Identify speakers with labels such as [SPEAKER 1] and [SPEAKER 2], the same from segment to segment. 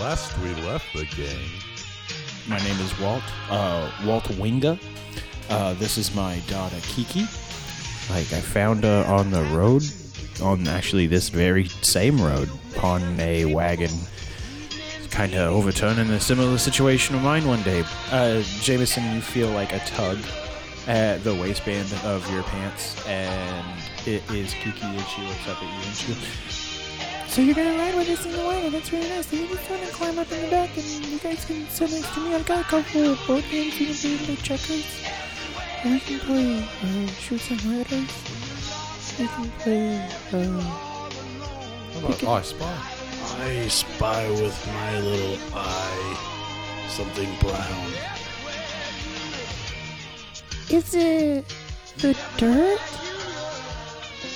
[SPEAKER 1] Last we left the gang.
[SPEAKER 2] My name is Walt, uh, Walt Winga. Uh, this is my daughter Kiki. Like I found her on the road, on actually this very same road, on a wagon, kind of overturned in a similar situation of mine one day. Uh, Jameson, you feel like a tug at the waistband of your pants, and it is Kiki, and she looks up at you and she goes,
[SPEAKER 3] So you're gonna ride with us in the wagon. That's really nice. So you just gonna climb up in the back, and you guys can sit next to me. I got a couple of board games. You can play the checkers. And we can play uh, shoots and ladders. We can play. Uh,
[SPEAKER 1] How about
[SPEAKER 2] "Oh,
[SPEAKER 1] I Spy?
[SPEAKER 4] I spy with my little eye something brown.
[SPEAKER 3] is it the dirt?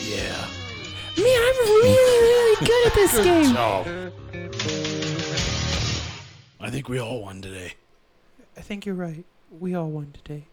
[SPEAKER 4] Yeah.
[SPEAKER 3] Man, I'm really, really good at this game.
[SPEAKER 4] So. I think we all won today.
[SPEAKER 3] I think you're right. We all won today.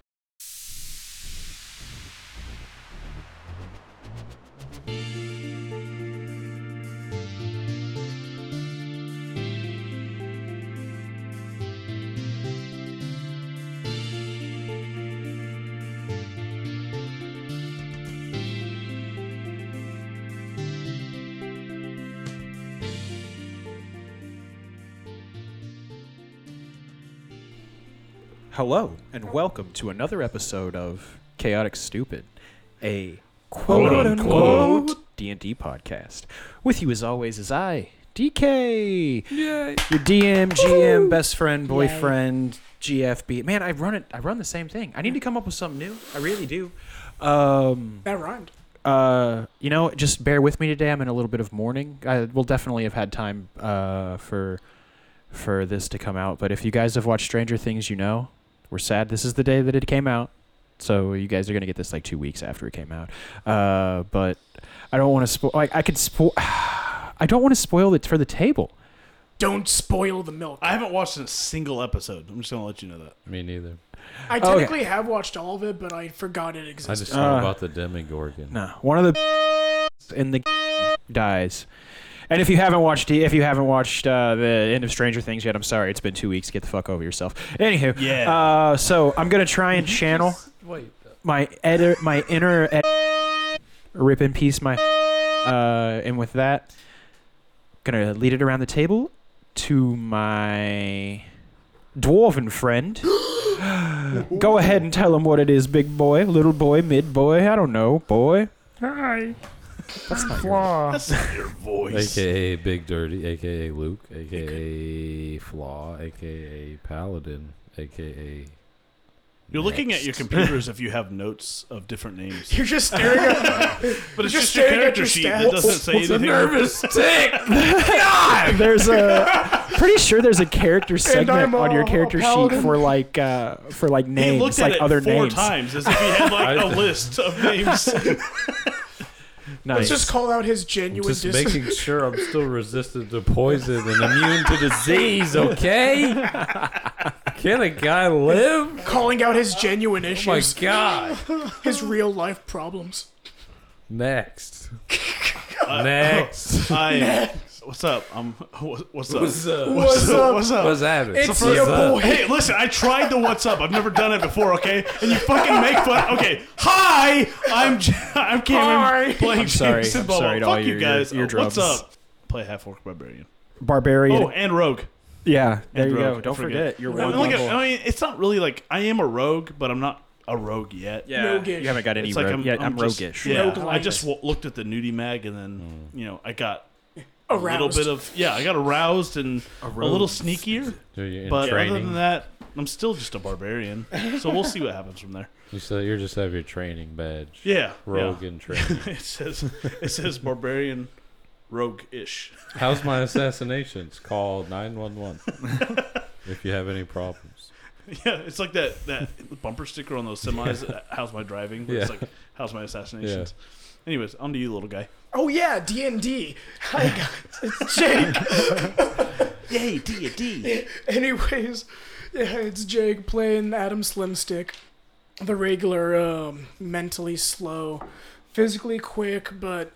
[SPEAKER 2] Hello, and welcome to another episode of Chaotic Stupid, a quote unquote D&D podcast. With you as always is I, DK, your DM, GM, best friend, boyfriend, GFB. Man, I run it. I run the same thing. I need to come up with something new. I really do. Um,
[SPEAKER 4] That rhymed.
[SPEAKER 2] uh, you know, just bear with me today. I'm in a little bit of mourning. I will definitely have had time uh, for for this to come out. But if you guys have watched Stranger Things, you know we're sad. This is the day that it came out, so you guys are gonna get this like two weeks after it came out. Uh, but I don't want to spoil. Like I could spoil. I don't want to spoil it for the table.
[SPEAKER 5] Don't spoil the milk.
[SPEAKER 4] I haven't watched a single episode. I'm just gonna let you know that.
[SPEAKER 1] Me neither.
[SPEAKER 5] I technically have watched all of it, but I forgot it
[SPEAKER 1] Oh, I
[SPEAKER 5] existed.
[SPEAKER 1] just thought
[SPEAKER 2] Uh,
[SPEAKER 1] about the Demigorgon.
[SPEAKER 2] No, one of the in the dies. And if you haven't watched if you haven't watched uh, the end of Stranger Things yet, I'm sorry. It's been two weeks. Get the fuck over yourself. Anywho,
[SPEAKER 4] Yeah.
[SPEAKER 2] Uh, so I'm gonna try and channel
[SPEAKER 1] Wait.
[SPEAKER 2] my edit my inner ed- rip in peace my uh, and with that, gonna lead it around the table to my dwarven friend. Go ahead and tell him what it is, big boy, little boy, mid boy. I don't know, boy.
[SPEAKER 3] Hi. That's not
[SPEAKER 4] That's not your voice.
[SPEAKER 1] AKA Big Dirty, AKA Luke, AKA Flaw, AKA Paladin, AKA.
[SPEAKER 4] You're looking at your computers if you have notes of different names,
[SPEAKER 5] You're just staring at
[SPEAKER 4] but it's
[SPEAKER 5] You're
[SPEAKER 4] just your
[SPEAKER 5] staring at
[SPEAKER 4] character
[SPEAKER 5] your
[SPEAKER 4] sheet.
[SPEAKER 5] stats.
[SPEAKER 4] It doesn't say anything.
[SPEAKER 1] tick!
[SPEAKER 2] There's a pretty sure there's a character segment
[SPEAKER 5] I'm
[SPEAKER 2] on your
[SPEAKER 5] a- a
[SPEAKER 2] character sheet
[SPEAKER 5] paladin.
[SPEAKER 2] for like uh, for like
[SPEAKER 4] He
[SPEAKER 2] names,
[SPEAKER 4] looked at
[SPEAKER 2] like
[SPEAKER 4] it
[SPEAKER 2] other
[SPEAKER 4] four
[SPEAKER 2] names.
[SPEAKER 4] times as if he had like a list of names.
[SPEAKER 2] Nice.
[SPEAKER 5] Let's just call out his genuine
[SPEAKER 1] Just
[SPEAKER 5] dis-
[SPEAKER 1] making sure I'm still resistant to poison and immune to disease, okay? Can a guy live?
[SPEAKER 5] calling out his genuine
[SPEAKER 1] Oh my
[SPEAKER 5] issues,
[SPEAKER 1] god.
[SPEAKER 5] his real life problems.
[SPEAKER 1] Next. Next.
[SPEAKER 4] Hi. What's up? Um, wh- what's up?
[SPEAKER 1] What's up?
[SPEAKER 5] What's up?
[SPEAKER 4] What's up?
[SPEAKER 1] What's happening?
[SPEAKER 5] It's your boy.
[SPEAKER 4] Hey, listen, I tried the what's up. I've never done it before, okay? And you fucking make fun. Okay, hi, I'm J- I'm Cameron
[SPEAKER 5] Hi.
[SPEAKER 4] playing
[SPEAKER 2] I'm sorry.
[SPEAKER 4] Jameson
[SPEAKER 2] I'm
[SPEAKER 4] Bubba.
[SPEAKER 2] sorry to
[SPEAKER 4] Fuck
[SPEAKER 2] all
[SPEAKER 4] you
[SPEAKER 2] your
[SPEAKER 4] guys. Oh,
[SPEAKER 2] ear- eardrums.
[SPEAKER 4] What's up? Play half orc barbarian.
[SPEAKER 2] barbarian.
[SPEAKER 4] Oh, and rogue.
[SPEAKER 2] yeah, there
[SPEAKER 4] and
[SPEAKER 2] you
[SPEAKER 4] rogue.
[SPEAKER 2] go.
[SPEAKER 4] I
[SPEAKER 2] Don't
[SPEAKER 4] forget.
[SPEAKER 2] forget, you're
[SPEAKER 4] I
[SPEAKER 2] one
[SPEAKER 4] mean, like,
[SPEAKER 2] level.
[SPEAKER 4] I mean, it's not really like I am a rogue, but I'm not a rogue yet.
[SPEAKER 2] yeah,
[SPEAKER 5] roguish.
[SPEAKER 2] you haven't got any
[SPEAKER 4] It's like
[SPEAKER 2] rogue.
[SPEAKER 4] I'm,
[SPEAKER 2] yeah, I'm,
[SPEAKER 4] just-
[SPEAKER 2] roguish. Hmm.
[SPEAKER 4] Yeah,
[SPEAKER 5] Roguelite.
[SPEAKER 4] I just w- looked at the nudie mag, and then you know I got a
[SPEAKER 5] Aroused.
[SPEAKER 4] little bit of yeah, I got aroused and a little sneakier.
[SPEAKER 1] Are you in
[SPEAKER 4] But
[SPEAKER 1] training?
[SPEAKER 4] other than that, I'm still just a barbarian. So we'll see what happens from there.
[SPEAKER 1] you said you just have your training badge.
[SPEAKER 4] Yeah.
[SPEAKER 1] Rogue in training.
[SPEAKER 4] Yeah. It says it says barbarian rogue ish.
[SPEAKER 1] How's my assassinations? Call 911 if you have any problems.
[SPEAKER 4] Yeah, it's like that, that bumper sticker on those semis. uh, How's my driving? But It's
[SPEAKER 1] Yeah.
[SPEAKER 4] like how's my assassinations. Anyways, on to you, little guy.
[SPEAKER 5] Oh yeah, D and D. Hi guys, it's Jake.
[SPEAKER 4] Yay, D D.
[SPEAKER 5] Anyways, yeah, it's Jake playing Adam Slimstick, the regular, um, mentally slow, physically quick, but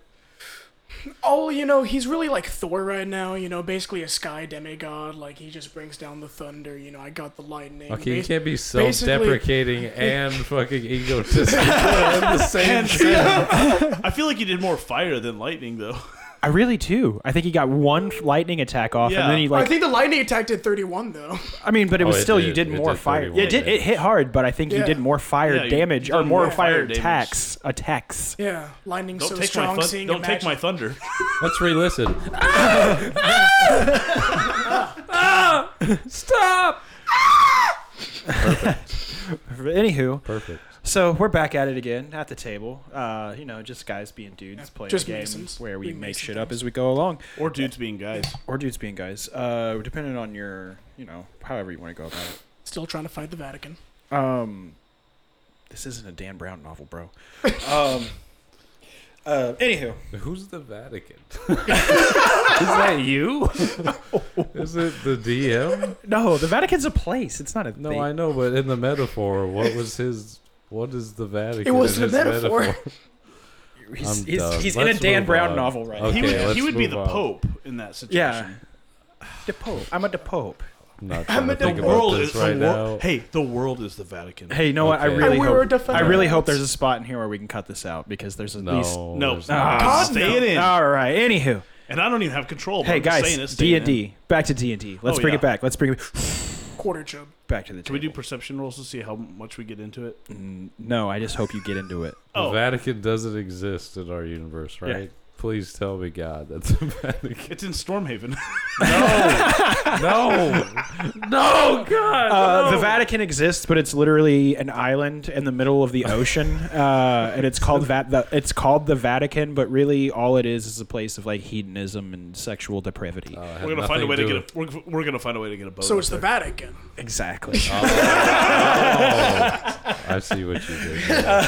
[SPEAKER 5] Oh, you know, he's really like Thor right now, you know, basically a sky demigod. Like, he just brings down the thunder, you know, I got the lightning.
[SPEAKER 1] Okay, you
[SPEAKER 5] Bas-
[SPEAKER 1] can't be self-deprecating and fucking egotistical at the same
[SPEAKER 4] And-
[SPEAKER 1] time.
[SPEAKER 4] I feel like you did more fire than lightning, though.
[SPEAKER 2] I really do. I think he got one lightning attack off,
[SPEAKER 4] Yeah.
[SPEAKER 2] and then he
[SPEAKER 5] I
[SPEAKER 2] like. I,
[SPEAKER 5] think the lightning attack did 31, though.
[SPEAKER 2] mean, but Oh, it was
[SPEAKER 1] it
[SPEAKER 2] still
[SPEAKER 1] did.
[SPEAKER 2] you did
[SPEAKER 1] It
[SPEAKER 2] more
[SPEAKER 1] did
[SPEAKER 2] fire.
[SPEAKER 1] 31
[SPEAKER 2] It did. It hit hard, but I think you
[SPEAKER 5] Yeah.
[SPEAKER 2] did more fire
[SPEAKER 4] Yeah, you-
[SPEAKER 2] damage
[SPEAKER 4] you
[SPEAKER 2] or
[SPEAKER 4] did
[SPEAKER 2] more,
[SPEAKER 4] more
[SPEAKER 2] fire
[SPEAKER 4] fire damage.
[SPEAKER 2] attacks. Attacks.
[SPEAKER 5] Yeah, lightning's
[SPEAKER 4] Don't
[SPEAKER 5] so
[SPEAKER 4] take
[SPEAKER 5] strong,
[SPEAKER 4] my
[SPEAKER 5] seeing
[SPEAKER 4] thun- don't take
[SPEAKER 5] imagine-
[SPEAKER 4] my thunder.
[SPEAKER 1] Let's re-listen. Stop!
[SPEAKER 2] Anywho,
[SPEAKER 1] Perfect.
[SPEAKER 2] so we're back at it again at the table. Uh, you know, just guys being dudes playing
[SPEAKER 5] just
[SPEAKER 2] games
[SPEAKER 5] masons.
[SPEAKER 2] where we
[SPEAKER 5] Being
[SPEAKER 2] make
[SPEAKER 5] mason
[SPEAKER 2] shit up as we go along.
[SPEAKER 4] Or dudes being guys.
[SPEAKER 2] or dudes being guys, uh, depending on your, you know, however you want to go about it.
[SPEAKER 5] Still trying to fight the Vatican.
[SPEAKER 2] Um, this isn't a Dan Brown novel, bro. Um, uh, anywho,
[SPEAKER 1] Who's the Vatican? Is that you? Is it the DM?
[SPEAKER 2] no, the Vatican's a place. It's not a
[SPEAKER 1] No,
[SPEAKER 2] thing.
[SPEAKER 1] I know, but in the metaphor, what was his? What is the Vatican?
[SPEAKER 5] It wasn't
[SPEAKER 1] in
[SPEAKER 5] a
[SPEAKER 1] his
[SPEAKER 5] metaphor.
[SPEAKER 2] he's
[SPEAKER 1] I'm
[SPEAKER 2] he's,
[SPEAKER 1] done.
[SPEAKER 2] he's in a
[SPEAKER 1] Let's
[SPEAKER 2] Dan
[SPEAKER 1] move
[SPEAKER 2] Brown
[SPEAKER 1] on.
[SPEAKER 2] novel right
[SPEAKER 1] Okay,
[SPEAKER 4] he would,
[SPEAKER 1] let's
[SPEAKER 4] he would be
[SPEAKER 1] move
[SPEAKER 4] the
[SPEAKER 1] on.
[SPEAKER 4] pope in that situation.
[SPEAKER 2] Yeah. The Pope. I'm at the Pope.
[SPEAKER 1] I'm not
[SPEAKER 5] I'm
[SPEAKER 1] trying to
[SPEAKER 5] at the
[SPEAKER 1] think
[SPEAKER 4] The
[SPEAKER 1] about
[SPEAKER 4] world
[SPEAKER 1] this
[SPEAKER 4] is
[SPEAKER 1] right
[SPEAKER 4] the wor-
[SPEAKER 1] now.
[SPEAKER 4] Hey, the world is the Vatican.
[SPEAKER 2] Hey, you know what? I
[SPEAKER 1] Okay.
[SPEAKER 2] really
[SPEAKER 5] And we were
[SPEAKER 2] hope
[SPEAKER 5] defending
[SPEAKER 2] I really hope
[SPEAKER 5] rights.
[SPEAKER 2] there's a spot in here where we can cut this out because there's at least
[SPEAKER 1] no,
[SPEAKER 4] no,
[SPEAKER 1] there's not.
[SPEAKER 2] Ah,
[SPEAKER 4] stay it in.
[SPEAKER 2] All right. Anywho,
[SPEAKER 4] And I don't even have control. but
[SPEAKER 2] hey
[SPEAKER 4] I'm just saying it's
[SPEAKER 2] guys, D
[SPEAKER 4] staying
[SPEAKER 2] and D. Back to D and D. Let's
[SPEAKER 4] Oh,
[SPEAKER 2] bring
[SPEAKER 4] yeah.
[SPEAKER 2] it back. Let's bring it
[SPEAKER 5] Quarter chub.
[SPEAKER 2] back to the.
[SPEAKER 4] in. Can we do
[SPEAKER 2] table.
[SPEAKER 4] perception rolls to see how much we get into it?
[SPEAKER 2] Mm, No, I just hope you get into it.
[SPEAKER 1] The
[SPEAKER 4] Oh,
[SPEAKER 1] Vatican doesn't exist in our universe, right? Please tell me, God, that's the Vatican.
[SPEAKER 4] it's in Stormhaven.
[SPEAKER 1] no, no, God.
[SPEAKER 2] Uh, the Vatican exists, but it's literally an island in the middle of the ocean, uh, and it's called Va- the, It's called the Vatican, but really all it is is a place of like hedonism and sexual depravity.
[SPEAKER 1] Oh, it had
[SPEAKER 4] we're gonna find a
[SPEAKER 1] nothing
[SPEAKER 4] way to
[SPEAKER 1] do
[SPEAKER 4] get a
[SPEAKER 1] with-
[SPEAKER 4] we're, we're gonna find a way to get a boat.
[SPEAKER 5] So
[SPEAKER 4] up
[SPEAKER 5] it's the
[SPEAKER 4] there.
[SPEAKER 5] Vatican.
[SPEAKER 2] exactly.
[SPEAKER 1] Oh, I see what you did. there.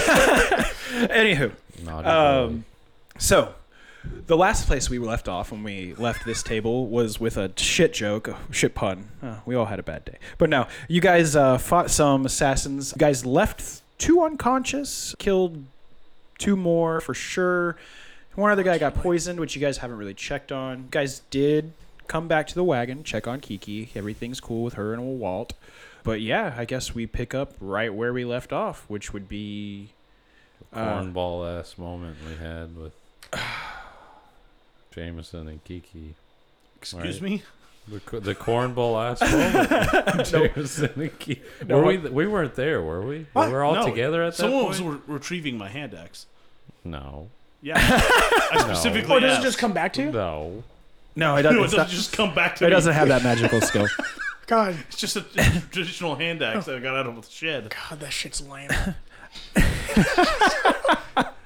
[SPEAKER 2] Anywho,
[SPEAKER 1] Naughty
[SPEAKER 2] um, so the last place we left off when we left this table was with a shit joke, shit pun. Uh, we all had a bad day, but no, you guys uh, fought some assassins. You guys left two unconscious, killed two more for sure. One other guy got poisoned, which you guys haven't really checked on. You guys did come back to the wagon, check on Kiki. Everything's cool with her and old Walt. But yeah, I guess we pick up right where we left off, which would be
[SPEAKER 4] uh,
[SPEAKER 2] uh,
[SPEAKER 1] boy. cornball ass moment we had with Jameson and Kiki.
[SPEAKER 4] Excuse
[SPEAKER 1] Right.
[SPEAKER 4] me.
[SPEAKER 1] The, co- the cornball ass moment. with Jameson and Kiki.
[SPEAKER 2] No,
[SPEAKER 1] were we? th- We weren't there, were we?
[SPEAKER 4] What?
[SPEAKER 1] We were all
[SPEAKER 4] No.
[SPEAKER 1] together at that
[SPEAKER 4] Someone was
[SPEAKER 1] point.
[SPEAKER 4] re- retrieving my hand axe.
[SPEAKER 1] No,
[SPEAKER 4] Yeah, I specifically.
[SPEAKER 5] Or Oh, does it
[SPEAKER 4] asked.
[SPEAKER 5] just come back to you?
[SPEAKER 1] no.
[SPEAKER 2] No, it doesn't.
[SPEAKER 4] No, it
[SPEAKER 2] it's
[SPEAKER 4] doesn't
[SPEAKER 2] not-
[SPEAKER 4] just come back to
[SPEAKER 2] it
[SPEAKER 4] me.
[SPEAKER 2] doesn't have that magical skill.
[SPEAKER 5] God,
[SPEAKER 4] It's just a traditional hand axe that I got out of the shed.
[SPEAKER 5] God, that shit's lame.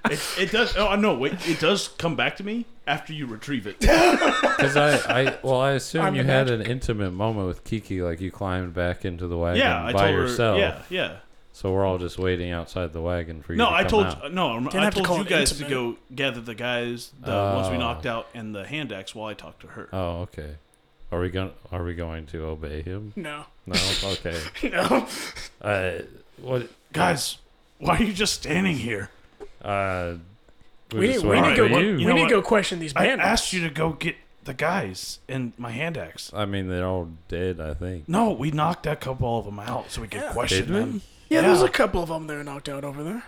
[SPEAKER 4] It, it does. Oh no, wait. It does come back to me after you retrieve it.
[SPEAKER 1] Because I, I, well, I assume
[SPEAKER 5] I'm
[SPEAKER 1] you
[SPEAKER 5] the
[SPEAKER 1] had an intimate moment with Kiki, like you climbed back into the wagon
[SPEAKER 4] yeah, I
[SPEAKER 1] by
[SPEAKER 4] told
[SPEAKER 1] yourself.
[SPEAKER 4] her. Yeah, yeah.
[SPEAKER 1] So we're all just waiting outside the wagon for you.
[SPEAKER 4] No,
[SPEAKER 1] to
[SPEAKER 4] I
[SPEAKER 1] come
[SPEAKER 4] told
[SPEAKER 1] out.
[SPEAKER 4] no, I'm-
[SPEAKER 5] Didn't
[SPEAKER 4] I
[SPEAKER 5] have to
[SPEAKER 4] told
[SPEAKER 5] call
[SPEAKER 4] you
[SPEAKER 5] it
[SPEAKER 4] guys to
[SPEAKER 5] intimate.
[SPEAKER 4] go gather the guys the ones we
[SPEAKER 1] Oh.
[SPEAKER 4] knocked out and the hand axe while I talked to her.
[SPEAKER 1] Oh, okay. Are we going? Are we going to obey him?
[SPEAKER 5] No,
[SPEAKER 1] No. Okay.
[SPEAKER 5] no.
[SPEAKER 1] uh, what?
[SPEAKER 4] guys, why are you just standing here?
[SPEAKER 1] Uh,
[SPEAKER 5] We need,
[SPEAKER 1] just
[SPEAKER 5] we need
[SPEAKER 1] waiting
[SPEAKER 5] to
[SPEAKER 4] Alright,
[SPEAKER 5] go.
[SPEAKER 1] for
[SPEAKER 4] what-
[SPEAKER 1] you.
[SPEAKER 5] We
[SPEAKER 4] know
[SPEAKER 5] need
[SPEAKER 4] what?
[SPEAKER 5] to go question these
[SPEAKER 4] I
[SPEAKER 5] bandits.
[SPEAKER 4] asked you to go get the guys and my hand axe.
[SPEAKER 1] I mean, they're all dead. I think.
[SPEAKER 4] No, we knocked a couple of them out so we could
[SPEAKER 5] Yeah.
[SPEAKER 4] question
[SPEAKER 1] Did
[SPEAKER 4] them.
[SPEAKER 1] we?
[SPEAKER 5] Yeah, there's
[SPEAKER 4] Yeah.
[SPEAKER 5] a couple of them that are knocked out over there.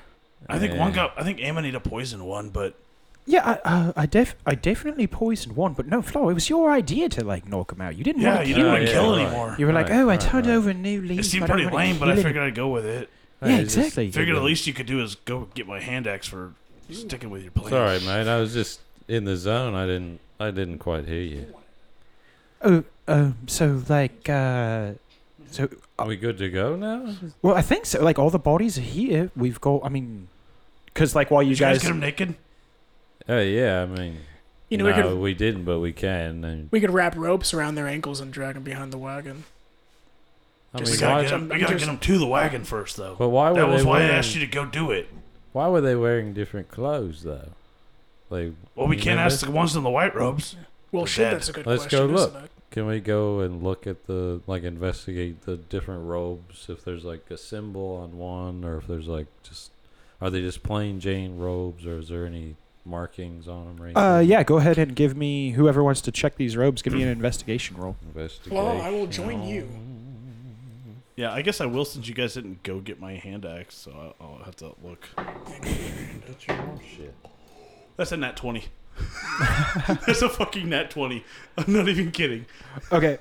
[SPEAKER 4] I think one
[SPEAKER 1] Yeah.
[SPEAKER 4] got. I think Amanita poisoned one, but
[SPEAKER 2] yeah, I, uh, I, def- I definitely poisoned one, but no, Flo, it was your idea to like knock him out. You didn't
[SPEAKER 4] yeah,
[SPEAKER 2] want to
[SPEAKER 4] you
[SPEAKER 2] kill
[SPEAKER 4] didn't
[SPEAKER 1] Oh,
[SPEAKER 4] want to
[SPEAKER 1] yeah,
[SPEAKER 4] kill
[SPEAKER 1] right.
[SPEAKER 4] anymore.
[SPEAKER 2] You were like,
[SPEAKER 1] Right,
[SPEAKER 2] oh, I
[SPEAKER 1] right,
[SPEAKER 2] turned
[SPEAKER 1] right.
[SPEAKER 2] over new
[SPEAKER 4] It
[SPEAKER 2] leaves.
[SPEAKER 4] seemed
[SPEAKER 2] but I
[SPEAKER 4] pretty
[SPEAKER 2] wanna
[SPEAKER 4] lame, but I
[SPEAKER 2] kill him."
[SPEAKER 4] figured I'd go with it.
[SPEAKER 2] Yeah,
[SPEAKER 1] I just-
[SPEAKER 2] exactly.
[SPEAKER 4] Figured the least you could do is go get my hand axe for sticking with your plan.
[SPEAKER 1] It's all right, mate. I was just in the zone. I didn't. I didn't quite hear you.
[SPEAKER 2] Oh, um, so like, uh, so
[SPEAKER 5] Uh,
[SPEAKER 1] Are we good to go now?
[SPEAKER 2] well, I think so. Like all the bodies are here. We've got. I mean, because like while you,
[SPEAKER 4] Did you guys,
[SPEAKER 2] guys,
[SPEAKER 4] get him naked?
[SPEAKER 1] Oh yeah. I mean,
[SPEAKER 5] You know,
[SPEAKER 1] no,
[SPEAKER 5] we
[SPEAKER 1] we,
[SPEAKER 5] could
[SPEAKER 1] didn't, but we can. And,
[SPEAKER 5] we could wrap ropes around their ankles and drag them behind the wagon.
[SPEAKER 1] I
[SPEAKER 5] Just
[SPEAKER 4] We
[SPEAKER 1] mean,
[SPEAKER 4] gotta,
[SPEAKER 1] why,
[SPEAKER 4] get
[SPEAKER 5] watch,
[SPEAKER 4] him, we
[SPEAKER 5] I'm
[SPEAKER 4] gotta
[SPEAKER 5] just-
[SPEAKER 4] get him to the wagon first, though.
[SPEAKER 1] but why were
[SPEAKER 4] that was
[SPEAKER 1] they
[SPEAKER 4] why
[SPEAKER 1] wearing,
[SPEAKER 4] I asked you to go do it.
[SPEAKER 1] Why were they wearing different clothes though? Like,
[SPEAKER 4] Well, we
[SPEAKER 1] you
[SPEAKER 4] can't
[SPEAKER 1] remember?
[SPEAKER 4] ask the ones in the white robes.
[SPEAKER 5] Well,
[SPEAKER 4] They're
[SPEAKER 5] shit,
[SPEAKER 4] dead.
[SPEAKER 5] that's a good
[SPEAKER 1] Let's
[SPEAKER 5] question.
[SPEAKER 1] go
[SPEAKER 5] isn't
[SPEAKER 1] look.
[SPEAKER 5] it?
[SPEAKER 1] Can we go and look at the like investigate the different robes if there's like a symbol on one or if there's like just are they just plain Jane robes or is there any markings on them right
[SPEAKER 2] Uh,
[SPEAKER 1] there?
[SPEAKER 2] yeah, go ahead and give me whoever wants to check these robes. Give me an investigation roll.
[SPEAKER 1] Investigation.
[SPEAKER 5] Well, I will join you.
[SPEAKER 4] Yeah, I guess I will since you guys didn't go get my hand axe, so I'll, I'll have to look. That's a nat 20. That's a fucking nat 20. I'm not even kidding.
[SPEAKER 2] Okay,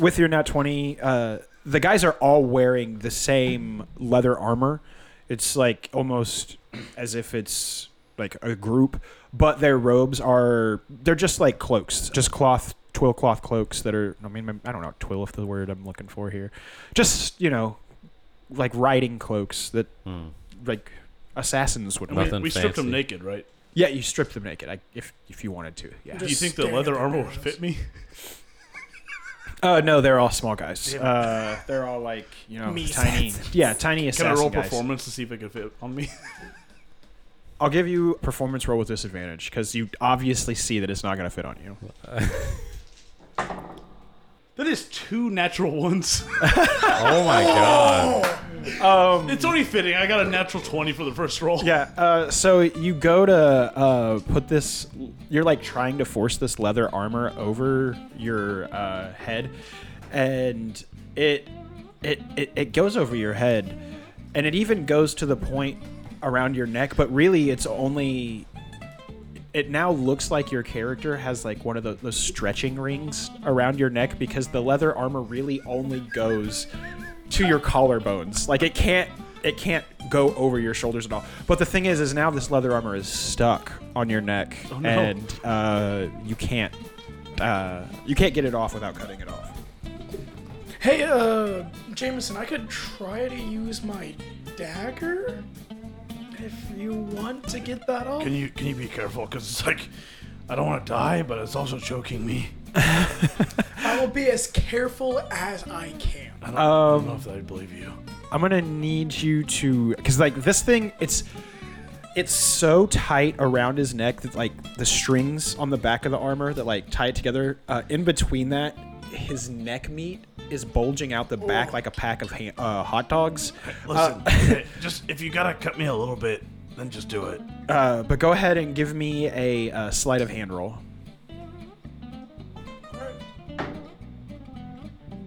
[SPEAKER 2] with your nat twenty, uh, the guys are all wearing the same leather armor. It's like almost as if it's like a group, but their robes are they're just like cloaks, just cloth twill cloth cloaks that are. I mean, I don't know twill if the word I'm looking for here. Just you know, like riding cloaks that
[SPEAKER 1] Hmm.
[SPEAKER 2] like assassins would
[SPEAKER 4] And
[SPEAKER 2] wear.
[SPEAKER 4] we,
[SPEAKER 1] Nothing
[SPEAKER 4] we stripped them
[SPEAKER 1] fancy.
[SPEAKER 4] naked, right?
[SPEAKER 2] Yeah, you strip them naked. I, if if you wanted to, yeah.
[SPEAKER 4] Do you
[SPEAKER 5] Just
[SPEAKER 4] think the
[SPEAKER 5] staring
[SPEAKER 4] leather
[SPEAKER 5] at their
[SPEAKER 4] armor would
[SPEAKER 5] noses.
[SPEAKER 4] fit me?
[SPEAKER 2] Uh, no, they're all small guys.
[SPEAKER 4] Damn.
[SPEAKER 2] Uh, they're all like you know
[SPEAKER 5] Me
[SPEAKER 2] tiny.
[SPEAKER 5] assassins.
[SPEAKER 2] Yeah, tiny
[SPEAKER 4] Can
[SPEAKER 2] assassin
[SPEAKER 4] I roll
[SPEAKER 2] guys.
[SPEAKER 4] performance to see if it could fit on me?
[SPEAKER 2] I'll give you performance roll with disadvantage because you obviously see that it's not going to fit on you.
[SPEAKER 4] that is two natural ones.
[SPEAKER 1] Oh my god.
[SPEAKER 5] Oh.
[SPEAKER 4] it's only fitting. I got a natural 20 for the first roll.
[SPEAKER 2] Yeah. Uh, so you go to uh, put this. You're like trying to force this leather armor over your uh, head, and it, it it it goes over your head, and it even goes to the point around your neck. But really, it's only. It now looks like your character has like one of tho- those stretching rings around your neck because the leather armor really only goes to your collarbones. Like it can't it can't go over your shoulders at all. But the thing is, is now this leather armor is stuck on your neck,
[SPEAKER 4] no.
[SPEAKER 2] and uh, you can't uh, you can't get it off without cutting it off.
[SPEAKER 5] Hey, uh, Jameson, I could try to use my dagger if you want to get that off.
[SPEAKER 4] Can you can you be careful? Because it's like, I don't want to die, but it's also choking me.
[SPEAKER 5] I will be as careful as I can.
[SPEAKER 4] I don't, I don't know
[SPEAKER 1] Um,
[SPEAKER 4] if I believe you.
[SPEAKER 2] I'm gonna need you to, because like this thing, it's it's so tight around his neck that like the strings on the back of the armor that like tie it together. Uh, in between that, his neck meat is bulging out the back like a pack of ha- uh, hot dogs.
[SPEAKER 1] uh,
[SPEAKER 2] Uh,
[SPEAKER 4] Listen, just if you gotta cut me a little bit, then just do it.
[SPEAKER 2] Uh, but go ahead and give me a uh, sleight of hand roll.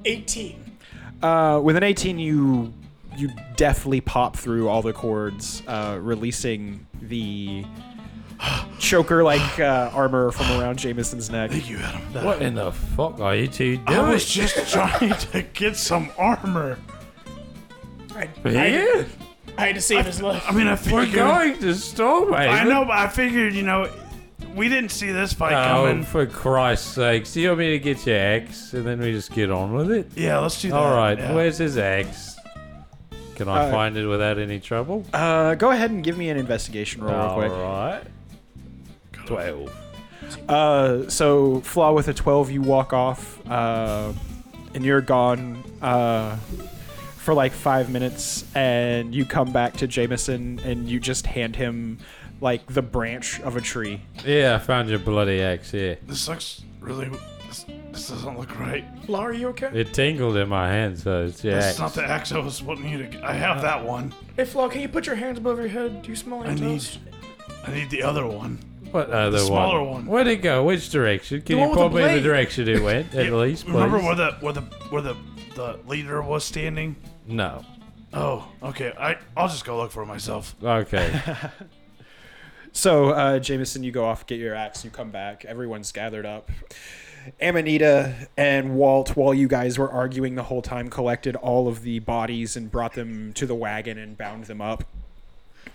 [SPEAKER 5] 18.
[SPEAKER 2] Uh, with an 18, you you deftly pop through all the cords, uh, releasing the choker-like uh, armor from around Jameson's neck.
[SPEAKER 4] Thank you, Adam. That-
[SPEAKER 1] What in the fuck are you two doing?
[SPEAKER 4] I was just trying to get some armor.
[SPEAKER 5] I, I,
[SPEAKER 1] Here?
[SPEAKER 5] I had to save his life.
[SPEAKER 4] I mean, I
[SPEAKER 1] We're
[SPEAKER 4] figured.
[SPEAKER 1] going to Stormway.
[SPEAKER 4] I know, but I figured, you know, we didn't see this fight
[SPEAKER 1] Oh,
[SPEAKER 4] coming.
[SPEAKER 1] for Christ's sake. So you want me to get your axe and then we just get on with it?
[SPEAKER 4] Yeah, let's do that.
[SPEAKER 1] All right,
[SPEAKER 4] yeah.
[SPEAKER 1] where's his axe? Can I
[SPEAKER 2] Uh,
[SPEAKER 1] find it without any trouble?
[SPEAKER 2] Uh, go ahead and give me an investigation roll, real
[SPEAKER 1] All
[SPEAKER 2] quick.
[SPEAKER 1] right. 12.
[SPEAKER 2] Uh, so flaw with a 12 you walk off uh, and you're gone uh, for like five minutes and you come back to jameson and you just hand him like the branch of a tree
[SPEAKER 1] Yeah, I found your bloody axe here.
[SPEAKER 4] This sucks really. This, this doesn't look right.
[SPEAKER 5] Laura, are you okay?
[SPEAKER 1] It tingled in my hand, so it's your
[SPEAKER 4] This
[SPEAKER 1] axe.
[SPEAKER 4] is not the axe I was wanting you to. Get. I have that one.
[SPEAKER 5] Hey, Flaw, can you put your hands above your head? Do you smell any
[SPEAKER 4] I need.
[SPEAKER 5] toast?
[SPEAKER 4] I need the other one.
[SPEAKER 1] What other
[SPEAKER 4] smaller
[SPEAKER 1] one?
[SPEAKER 4] one.
[SPEAKER 1] Where'd it go? Which direction? Can
[SPEAKER 5] The
[SPEAKER 1] you
[SPEAKER 5] one with
[SPEAKER 1] point
[SPEAKER 5] the
[SPEAKER 1] me in the
[SPEAKER 5] blade.
[SPEAKER 1] direction it went, at
[SPEAKER 4] Yeah,
[SPEAKER 1] least, please?
[SPEAKER 4] Remember where the where the where the the leader was standing?
[SPEAKER 1] No.
[SPEAKER 4] Oh, okay. I I'll just go look for it myself.
[SPEAKER 1] Okay.
[SPEAKER 2] so uh, jameson you go off get your axe you come back everyone's gathered up Amanita and Walt, while you guys were arguing the whole time, collected all of the bodies and brought them to the wagon and bound them up.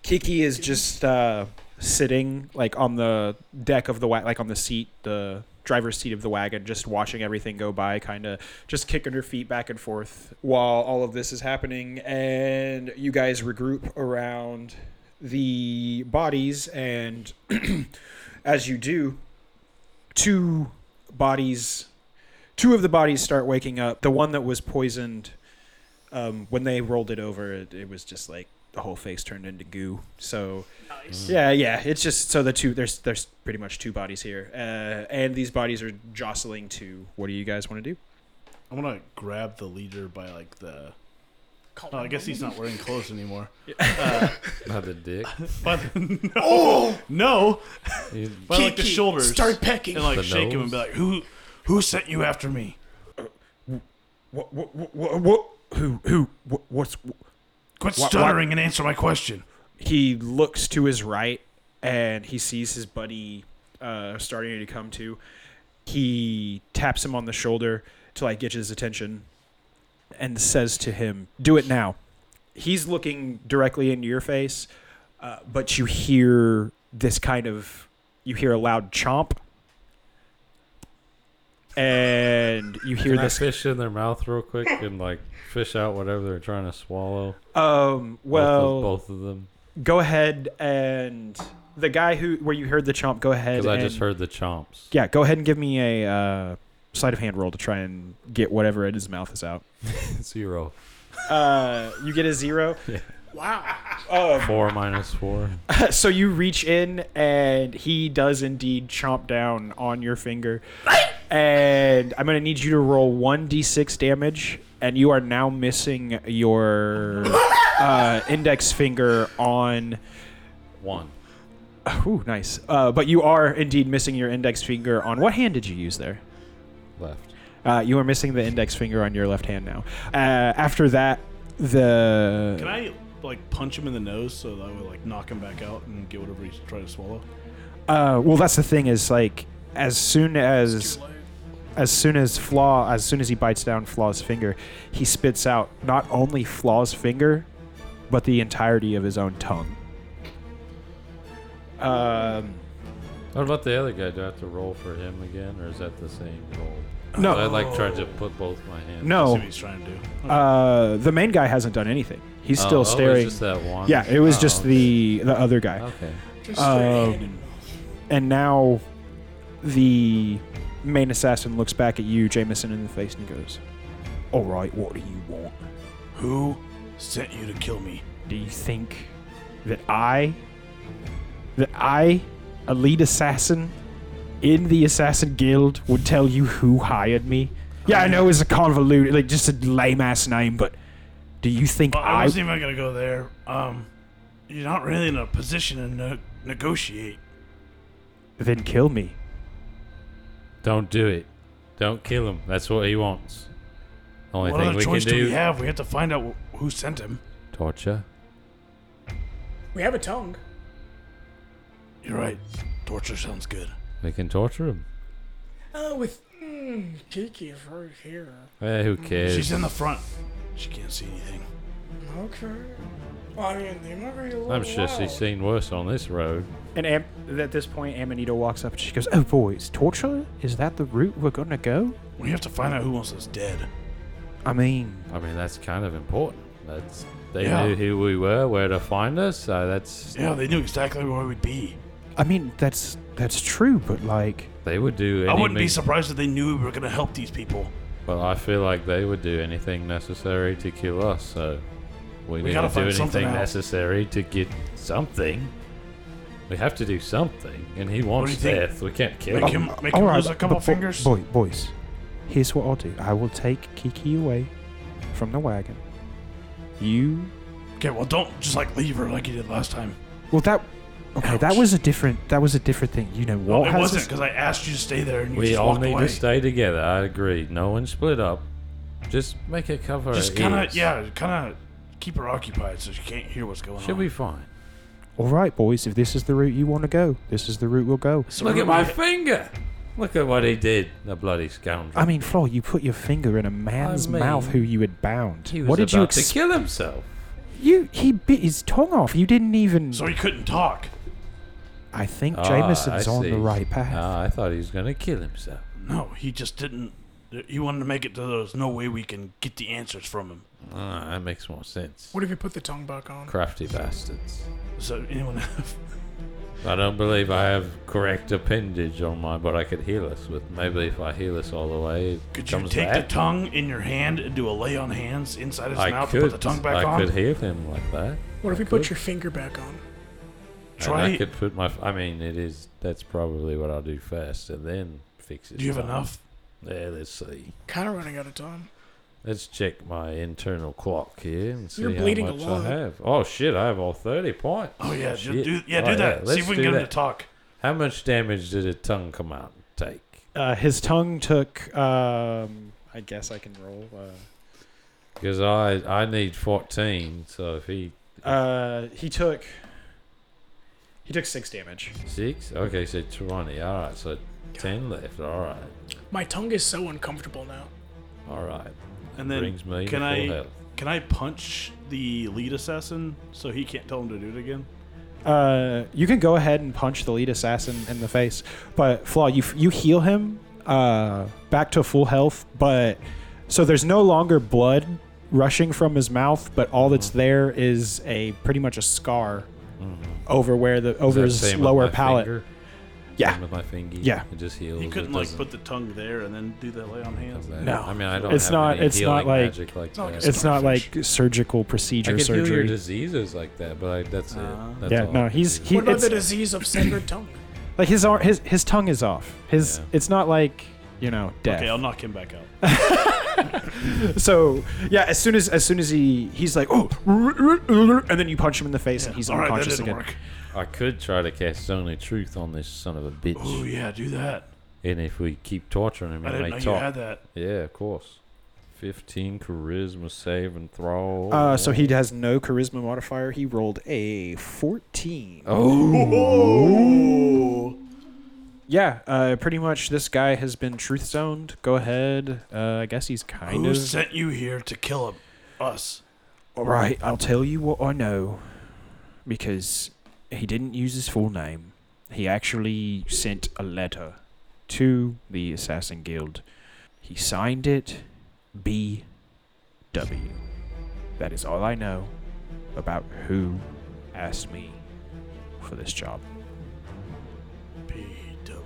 [SPEAKER 2] Kiki is just uh, sitting like on the deck of the wa- like on the seat, the driver's seat of the wagon, just watching everything go by, kind of just kicking her feet back and forth while all of this is happening. And you guys regroup around the bodies, and as you do, two bodies two of the bodies start waking up the one that was poisoned um, when they rolled it over it, it was just like the whole face turned into goo so yeah yeah it's just so the two there's there's pretty much two bodies here uh, and these bodies are jostling to what do you guys want to do
[SPEAKER 4] I want to grab the leader by like the
[SPEAKER 5] Call
[SPEAKER 4] Oh, I guess he's not wearing clothes anymore.
[SPEAKER 1] Not the dick.
[SPEAKER 4] But
[SPEAKER 5] Oh,
[SPEAKER 4] no,
[SPEAKER 1] You-
[SPEAKER 4] but like the
[SPEAKER 5] Kiki,
[SPEAKER 4] shoulders
[SPEAKER 5] Start pecking.
[SPEAKER 4] and like
[SPEAKER 1] The
[SPEAKER 4] shake him and
[SPEAKER 1] nose.
[SPEAKER 4] be like, "Who, who sent you after me?"
[SPEAKER 2] What? What? What? what who? Who? What, what's?
[SPEAKER 4] Quit
[SPEAKER 2] Wha- wha-
[SPEAKER 4] stuttering and answer my question.
[SPEAKER 2] He looks to his right and he sees his buddy uh, starting to come to. He taps him on the shoulder to like get his attention and says to him, "Do it now." He's looking directly into your face, uh, but you hear this kind of you hear a loud chomp. And you hear
[SPEAKER 1] Can I
[SPEAKER 2] this.
[SPEAKER 1] fish in their mouth real quick and like fish out whatever they're trying to swallow?
[SPEAKER 2] Um, well,
[SPEAKER 1] both of, both of them.
[SPEAKER 2] go ahead and the guy who where you heard the chomp, go ahead.
[SPEAKER 1] Because I just
[SPEAKER 2] and-
[SPEAKER 1] heard the chomps.
[SPEAKER 2] Yeah, go ahead and give me a uh, sleight of hand roll to try and get whatever in his mouth is out.
[SPEAKER 1] Zero.
[SPEAKER 2] Uh, you get a zero.
[SPEAKER 5] Wow.
[SPEAKER 1] Four minus four.
[SPEAKER 2] so you reach in and he does indeed chomp down on your finger. and I'm gonna need you to roll one d6 damage, and you are now missing your uh, index finger on.
[SPEAKER 1] One.
[SPEAKER 2] Ooh, nice. Uh, but you are indeed missing your index finger on what hand did you use there?
[SPEAKER 1] Left.
[SPEAKER 2] Uh, you are missing the index finger on your left hand now. Uh, after that, the
[SPEAKER 4] Can I like punch him in the nose so that I would like knock him back out and get whatever he's trying to swallow?
[SPEAKER 2] uh, well, that's the thing is like as soon as as soon as Flaw as soon as he bites down Flaw's finger, he spits out not only Flaw's finger, but the entirety of his own tongue. Um,
[SPEAKER 1] What about the other guy? Do I have to roll for him again, or is that the same roll?
[SPEAKER 2] No.
[SPEAKER 1] I like tried to put both my hands.
[SPEAKER 4] See
[SPEAKER 2] no,
[SPEAKER 4] what he's trying to do.
[SPEAKER 2] uh, the main guy hasn't done anything. He's still
[SPEAKER 1] Oh, it
[SPEAKER 2] staring.
[SPEAKER 1] was just that one.
[SPEAKER 2] yeah, it was
[SPEAKER 1] Oh,
[SPEAKER 2] just
[SPEAKER 1] okay.
[SPEAKER 2] the the other guy.
[SPEAKER 1] Okay.
[SPEAKER 5] Just
[SPEAKER 2] Um, and now the main assassin looks back at you, Jameson, in the face and he goes, All right, what do you want?
[SPEAKER 4] Who sent you to kill me?
[SPEAKER 2] Do you think that I, that I, a lead assassin in the Assassin Guild, would tell you who hired me? Yeah, I know it's a convoluted, like just a lame ass name, but do you think
[SPEAKER 4] Well, I
[SPEAKER 2] I.
[SPEAKER 4] wasn't even gonna go there. Um, you're not really in a position to ne- negotiate.
[SPEAKER 2] then kill me?
[SPEAKER 1] Don't do it. Don't kill him. That's what he wants. Only
[SPEAKER 4] what
[SPEAKER 1] thing
[SPEAKER 4] other
[SPEAKER 1] we can
[SPEAKER 4] choice do
[SPEAKER 1] do.
[SPEAKER 4] we have? We have to find out wh- who sent him.
[SPEAKER 1] Torture.
[SPEAKER 5] we have a tongue.
[SPEAKER 4] You're right. Torture sounds good.
[SPEAKER 1] We can torture him.
[SPEAKER 5] Uh, with mm, Kiki is right here.
[SPEAKER 1] Eh, who cares?
[SPEAKER 4] She's in the front. She can't see anything.
[SPEAKER 5] Okay. Well, I mean, they might be a little
[SPEAKER 1] I'm sure
[SPEAKER 5] wild.
[SPEAKER 1] she's seen worse on this road.
[SPEAKER 2] And Am- at this point, Amanita walks up and she goes, Oh, boys, torture? Is that the route we're gonna go?
[SPEAKER 4] We have to find out who wants us dead.
[SPEAKER 2] I mean,
[SPEAKER 1] I mean, that's kind of important. That's they
[SPEAKER 4] Yeah.
[SPEAKER 1] knew who we were, where to find us. So that's
[SPEAKER 4] Yeah, they knew exactly where we'd be.
[SPEAKER 2] I mean that's that's true, but like,
[SPEAKER 1] they would do. Any
[SPEAKER 4] I wouldn't be
[SPEAKER 1] mean-
[SPEAKER 4] surprised if they knew we were gonna help these people.
[SPEAKER 1] Well, I feel like they would do anything necessary to kill us, so we, need
[SPEAKER 4] gotta
[SPEAKER 1] to do
[SPEAKER 4] find something
[SPEAKER 1] anything
[SPEAKER 4] out.
[SPEAKER 1] necessary to get something. We have to do something, and he wants
[SPEAKER 4] you think?
[SPEAKER 1] death. We can't kill
[SPEAKER 4] Make
[SPEAKER 1] him.
[SPEAKER 4] him, make
[SPEAKER 2] um, all
[SPEAKER 4] him
[SPEAKER 2] right,
[SPEAKER 4] lose a couple
[SPEAKER 2] but bo-
[SPEAKER 4] fingers.
[SPEAKER 2] boy, boys. Here's what I'll do. I will take Kiki away from the wagon. You
[SPEAKER 4] Okay, well, don't just like leave her like you did last time.
[SPEAKER 2] well that okay that
[SPEAKER 4] Ouch.
[SPEAKER 2] was a different that was a different thing. You know what?
[SPEAKER 4] it
[SPEAKER 2] has
[SPEAKER 4] wasn't
[SPEAKER 2] us-
[SPEAKER 4] because I asked you to stay there and you
[SPEAKER 1] We
[SPEAKER 4] just
[SPEAKER 1] all
[SPEAKER 4] walked
[SPEAKER 1] need
[SPEAKER 4] away.
[SPEAKER 1] to stay together. I agree. No one split up. Just make it cover.
[SPEAKER 4] Just
[SPEAKER 1] her
[SPEAKER 4] kind of,
[SPEAKER 1] ears.
[SPEAKER 4] yeah, kind of keep her occupied so she can't hear what's going
[SPEAKER 1] She'll
[SPEAKER 4] on.
[SPEAKER 1] be fine.
[SPEAKER 2] all right, boys. If this is the route you want to go, this is the route we'll go.
[SPEAKER 4] So
[SPEAKER 1] Look
[SPEAKER 4] we're
[SPEAKER 1] at my
[SPEAKER 4] gonna-
[SPEAKER 1] finger. Look at what he did. The bloody scoundrel.
[SPEAKER 2] I mean, Flaw, you put your finger in a man's
[SPEAKER 1] mean,
[SPEAKER 2] mouth who you had bound.
[SPEAKER 1] he was
[SPEAKER 2] What did you
[SPEAKER 1] about to
[SPEAKER 2] expect?
[SPEAKER 1] kill himself.
[SPEAKER 2] You he bit his tongue off. You didn't even.
[SPEAKER 4] So he couldn't talk.
[SPEAKER 2] I think
[SPEAKER 1] Ah,
[SPEAKER 2] Jameson's
[SPEAKER 1] I
[SPEAKER 2] on
[SPEAKER 1] see.
[SPEAKER 2] the right path.
[SPEAKER 1] Ah, I thought he was going to kill himself.
[SPEAKER 4] No, he just didn't. He wanted to make it to those. No way we can get the answers from him.
[SPEAKER 1] Ah, that makes more sense.
[SPEAKER 5] What if you put the tongue back on?
[SPEAKER 1] Crafty bastards.
[SPEAKER 4] So anyone have?
[SPEAKER 1] I don't believe I have correct appendage on my, but I could heal us with. Maybe if I heal us all the way, it
[SPEAKER 4] Could you
[SPEAKER 1] comes
[SPEAKER 4] take
[SPEAKER 1] back.
[SPEAKER 4] the tongue in your hand and do a lay on hands inside his
[SPEAKER 1] I
[SPEAKER 4] mouth
[SPEAKER 1] could.
[SPEAKER 4] and put the tongue back
[SPEAKER 1] I
[SPEAKER 4] on?
[SPEAKER 1] could heal him like that.
[SPEAKER 5] What if you put your finger back on?
[SPEAKER 4] Try
[SPEAKER 1] and I
[SPEAKER 4] it.
[SPEAKER 1] could put my. I mean, it is. That's probably what I'll do first, and then fix it.
[SPEAKER 4] Do you have enough?
[SPEAKER 1] Yeah, let's see.
[SPEAKER 5] Kind of running out of time.
[SPEAKER 1] Let's check my internal clock here and see
[SPEAKER 5] You're
[SPEAKER 1] how
[SPEAKER 5] bleeding a
[SPEAKER 1] much
[SPEAKER 5] lot.
[SPEAKER 1] I have. Oh shit, I have all thirty points.
[SPEAKER 4] Oh yeah, ju-
[SPEAKER 1] Shit.
[SPEAKER 4] do yeah,
[SPEAKER 1] Oh,
[SPEAKER 4] do that. See
[SPEAKER 1] let's
[SPEAKER 4] if we
[SPEAKER 1] do
[SPEAKER 4] can get him
[SPEAKER 1] that.
[SPEAKER 4] to talk.
[SPEAKER 1] How much damage did a tongue come out and take?
[SPEAKER 2] Uh, his tongue took. Um, I guess I can roll. Uh,
[SPEAKER 1] Because I I need fourteen, so if he
[SPEAKER 2] uh, he took. He took six damage.
[SPEAKER 1] six, okay, so twenty. All right, so ten left. All right,
[SPEAKER 5] My tongue is so uncomfortable now.
[SPEAKER 1] all right.
[SPEAKER 4] And then
[SPEAKER 1] Brings me
[SPEAKER 4] can
[SPEAKER 1] to full
[SPEAKER 4] I
[SPEAKER 1] health.
[SPEAKER 4] can I punch the lead assassin so he can't tell him to do it again?
[SPEAKER 2] Uh, you can go ahead and punch the lead assassin in the face, but Flaw, you you heal him uh, back to full health, but so there's no longer blood rushing from his mouth, but all that's there is a pretty much a scar over where the
[SPEAKER 1] Mm-hmm. Is that
[SPEAKER 2] over his
[SPEAKER 1] same with
[SPEAKER 2] lower
[SPEAKER 1] my
[SPEAKER 2] palate.
[SPEAKER 1] finger?
[SPEAKER 2] Yeah.
[SPEAKER 1] Same with my finger.
[SPEAKER 2] Yeah.
[SPEAKER 1] It just heals.
[SPEAKER 4] He couldn't
[SPEAKER 1] it
[SPEAKER 4] like
[SPEAKER 1] doesn't
[SPEAKER 4] put the tongue there and then do that lay on hands.
[SPEAKER 1] come back.
[SPEAKER 2] No.
[SPEAKER 1] I mean I don't.
[SPEAKER 2] It's
[SPEAKER 1] have
[SPEAKER 2] not-
[SPEAKER 1] Any
[SPEAKER 2] it's not
[SPEAKER 1] healing
[SPEAKER 2] like-
[SPEAKER 1] magic like
[SPEAKER 5] not like
[SPEAKER 1] that.
[SPEAKER 5] a
[SPEAKER 2] It's not
[SPEAKER 5] Starfish.
[SPEAKER 2] like surgical
[SPEAKER 1] I
[SPEAKER 2] procedure
[SPEAKER 1] can heal your
[SPEAKER 2] surgery.
[SPEAKER 1] diseases like that, but I, that's it.
[SPEAKER 4] Ah.
[SPEAKER 1] That's
[SPEAKER 2] Yeah,
[SPEAKER 1] all
[SPEAKER 2] no,
[SPEAKER 1] I can
[SPEAKER 2] he's
[SPEAKER 1] do.
[SPEAKER 2] he,
[SPEAKER 5] What about
[SPEAKER 2] it's,
[SPEAKER 5] the disease of severed tongue?
[SPEAKER 2] like his ar- his his tongue is off. His
[SPEAKER 1] Yeah.
[SPEAKER 2] it's not like you know death.
[SPEAKER 4] Okay, I'll knock him back out.
[SPEAKER 2] So yeah, as soon as as soon as he he's like oh, and then you punch him in the face and he's
[SPEAKER 4] All right, that
[SPEAKER 2] unconscious
[SPEAKER 4] didn't
[SPEAKER 2] again.
[SPEAKER 4] work.
[SPEAKER 1] I could try to cast Zone of Truth on this son of a bitch.
[SPEAKER 4] Oh yeah, do that.
[SPEAKER 1] And if we keep torturing him,
[SPEAKER 4] I
[SPEAKER 1] he
[SPEAKER 4] didn't
[SPEAKER 1] may
[SPEAKER 4] know you
[SPEAKER 1] talk.
[SPEAKER 4] had that.
[SPEAKER 1] Yeah, of course. 15 charisma save and throw.
[SPEAKER 2] Uh, so he has no charisma modifier. He rolled a fourteen.
[SPEAKER 1] Oh.
[SPEAKER 4] Oh.
[SPEAKER 2] Yeah, uh, pretty much. This guy has been truth zoned. Go ahead. Uh, I guess he's kind
[SPEAKER 4] Who
[SPEAKER 2] of
[SPEAKER 4] sent you here to kill him? Us.
[SPEAKER 2] All right, I'll tell you what I know because he didn't use his full name. He actually sent a letter to the Assassin Guild. He signed it BW. That is all I know about who asked me for this job.
[SPEAKER 4] P.W.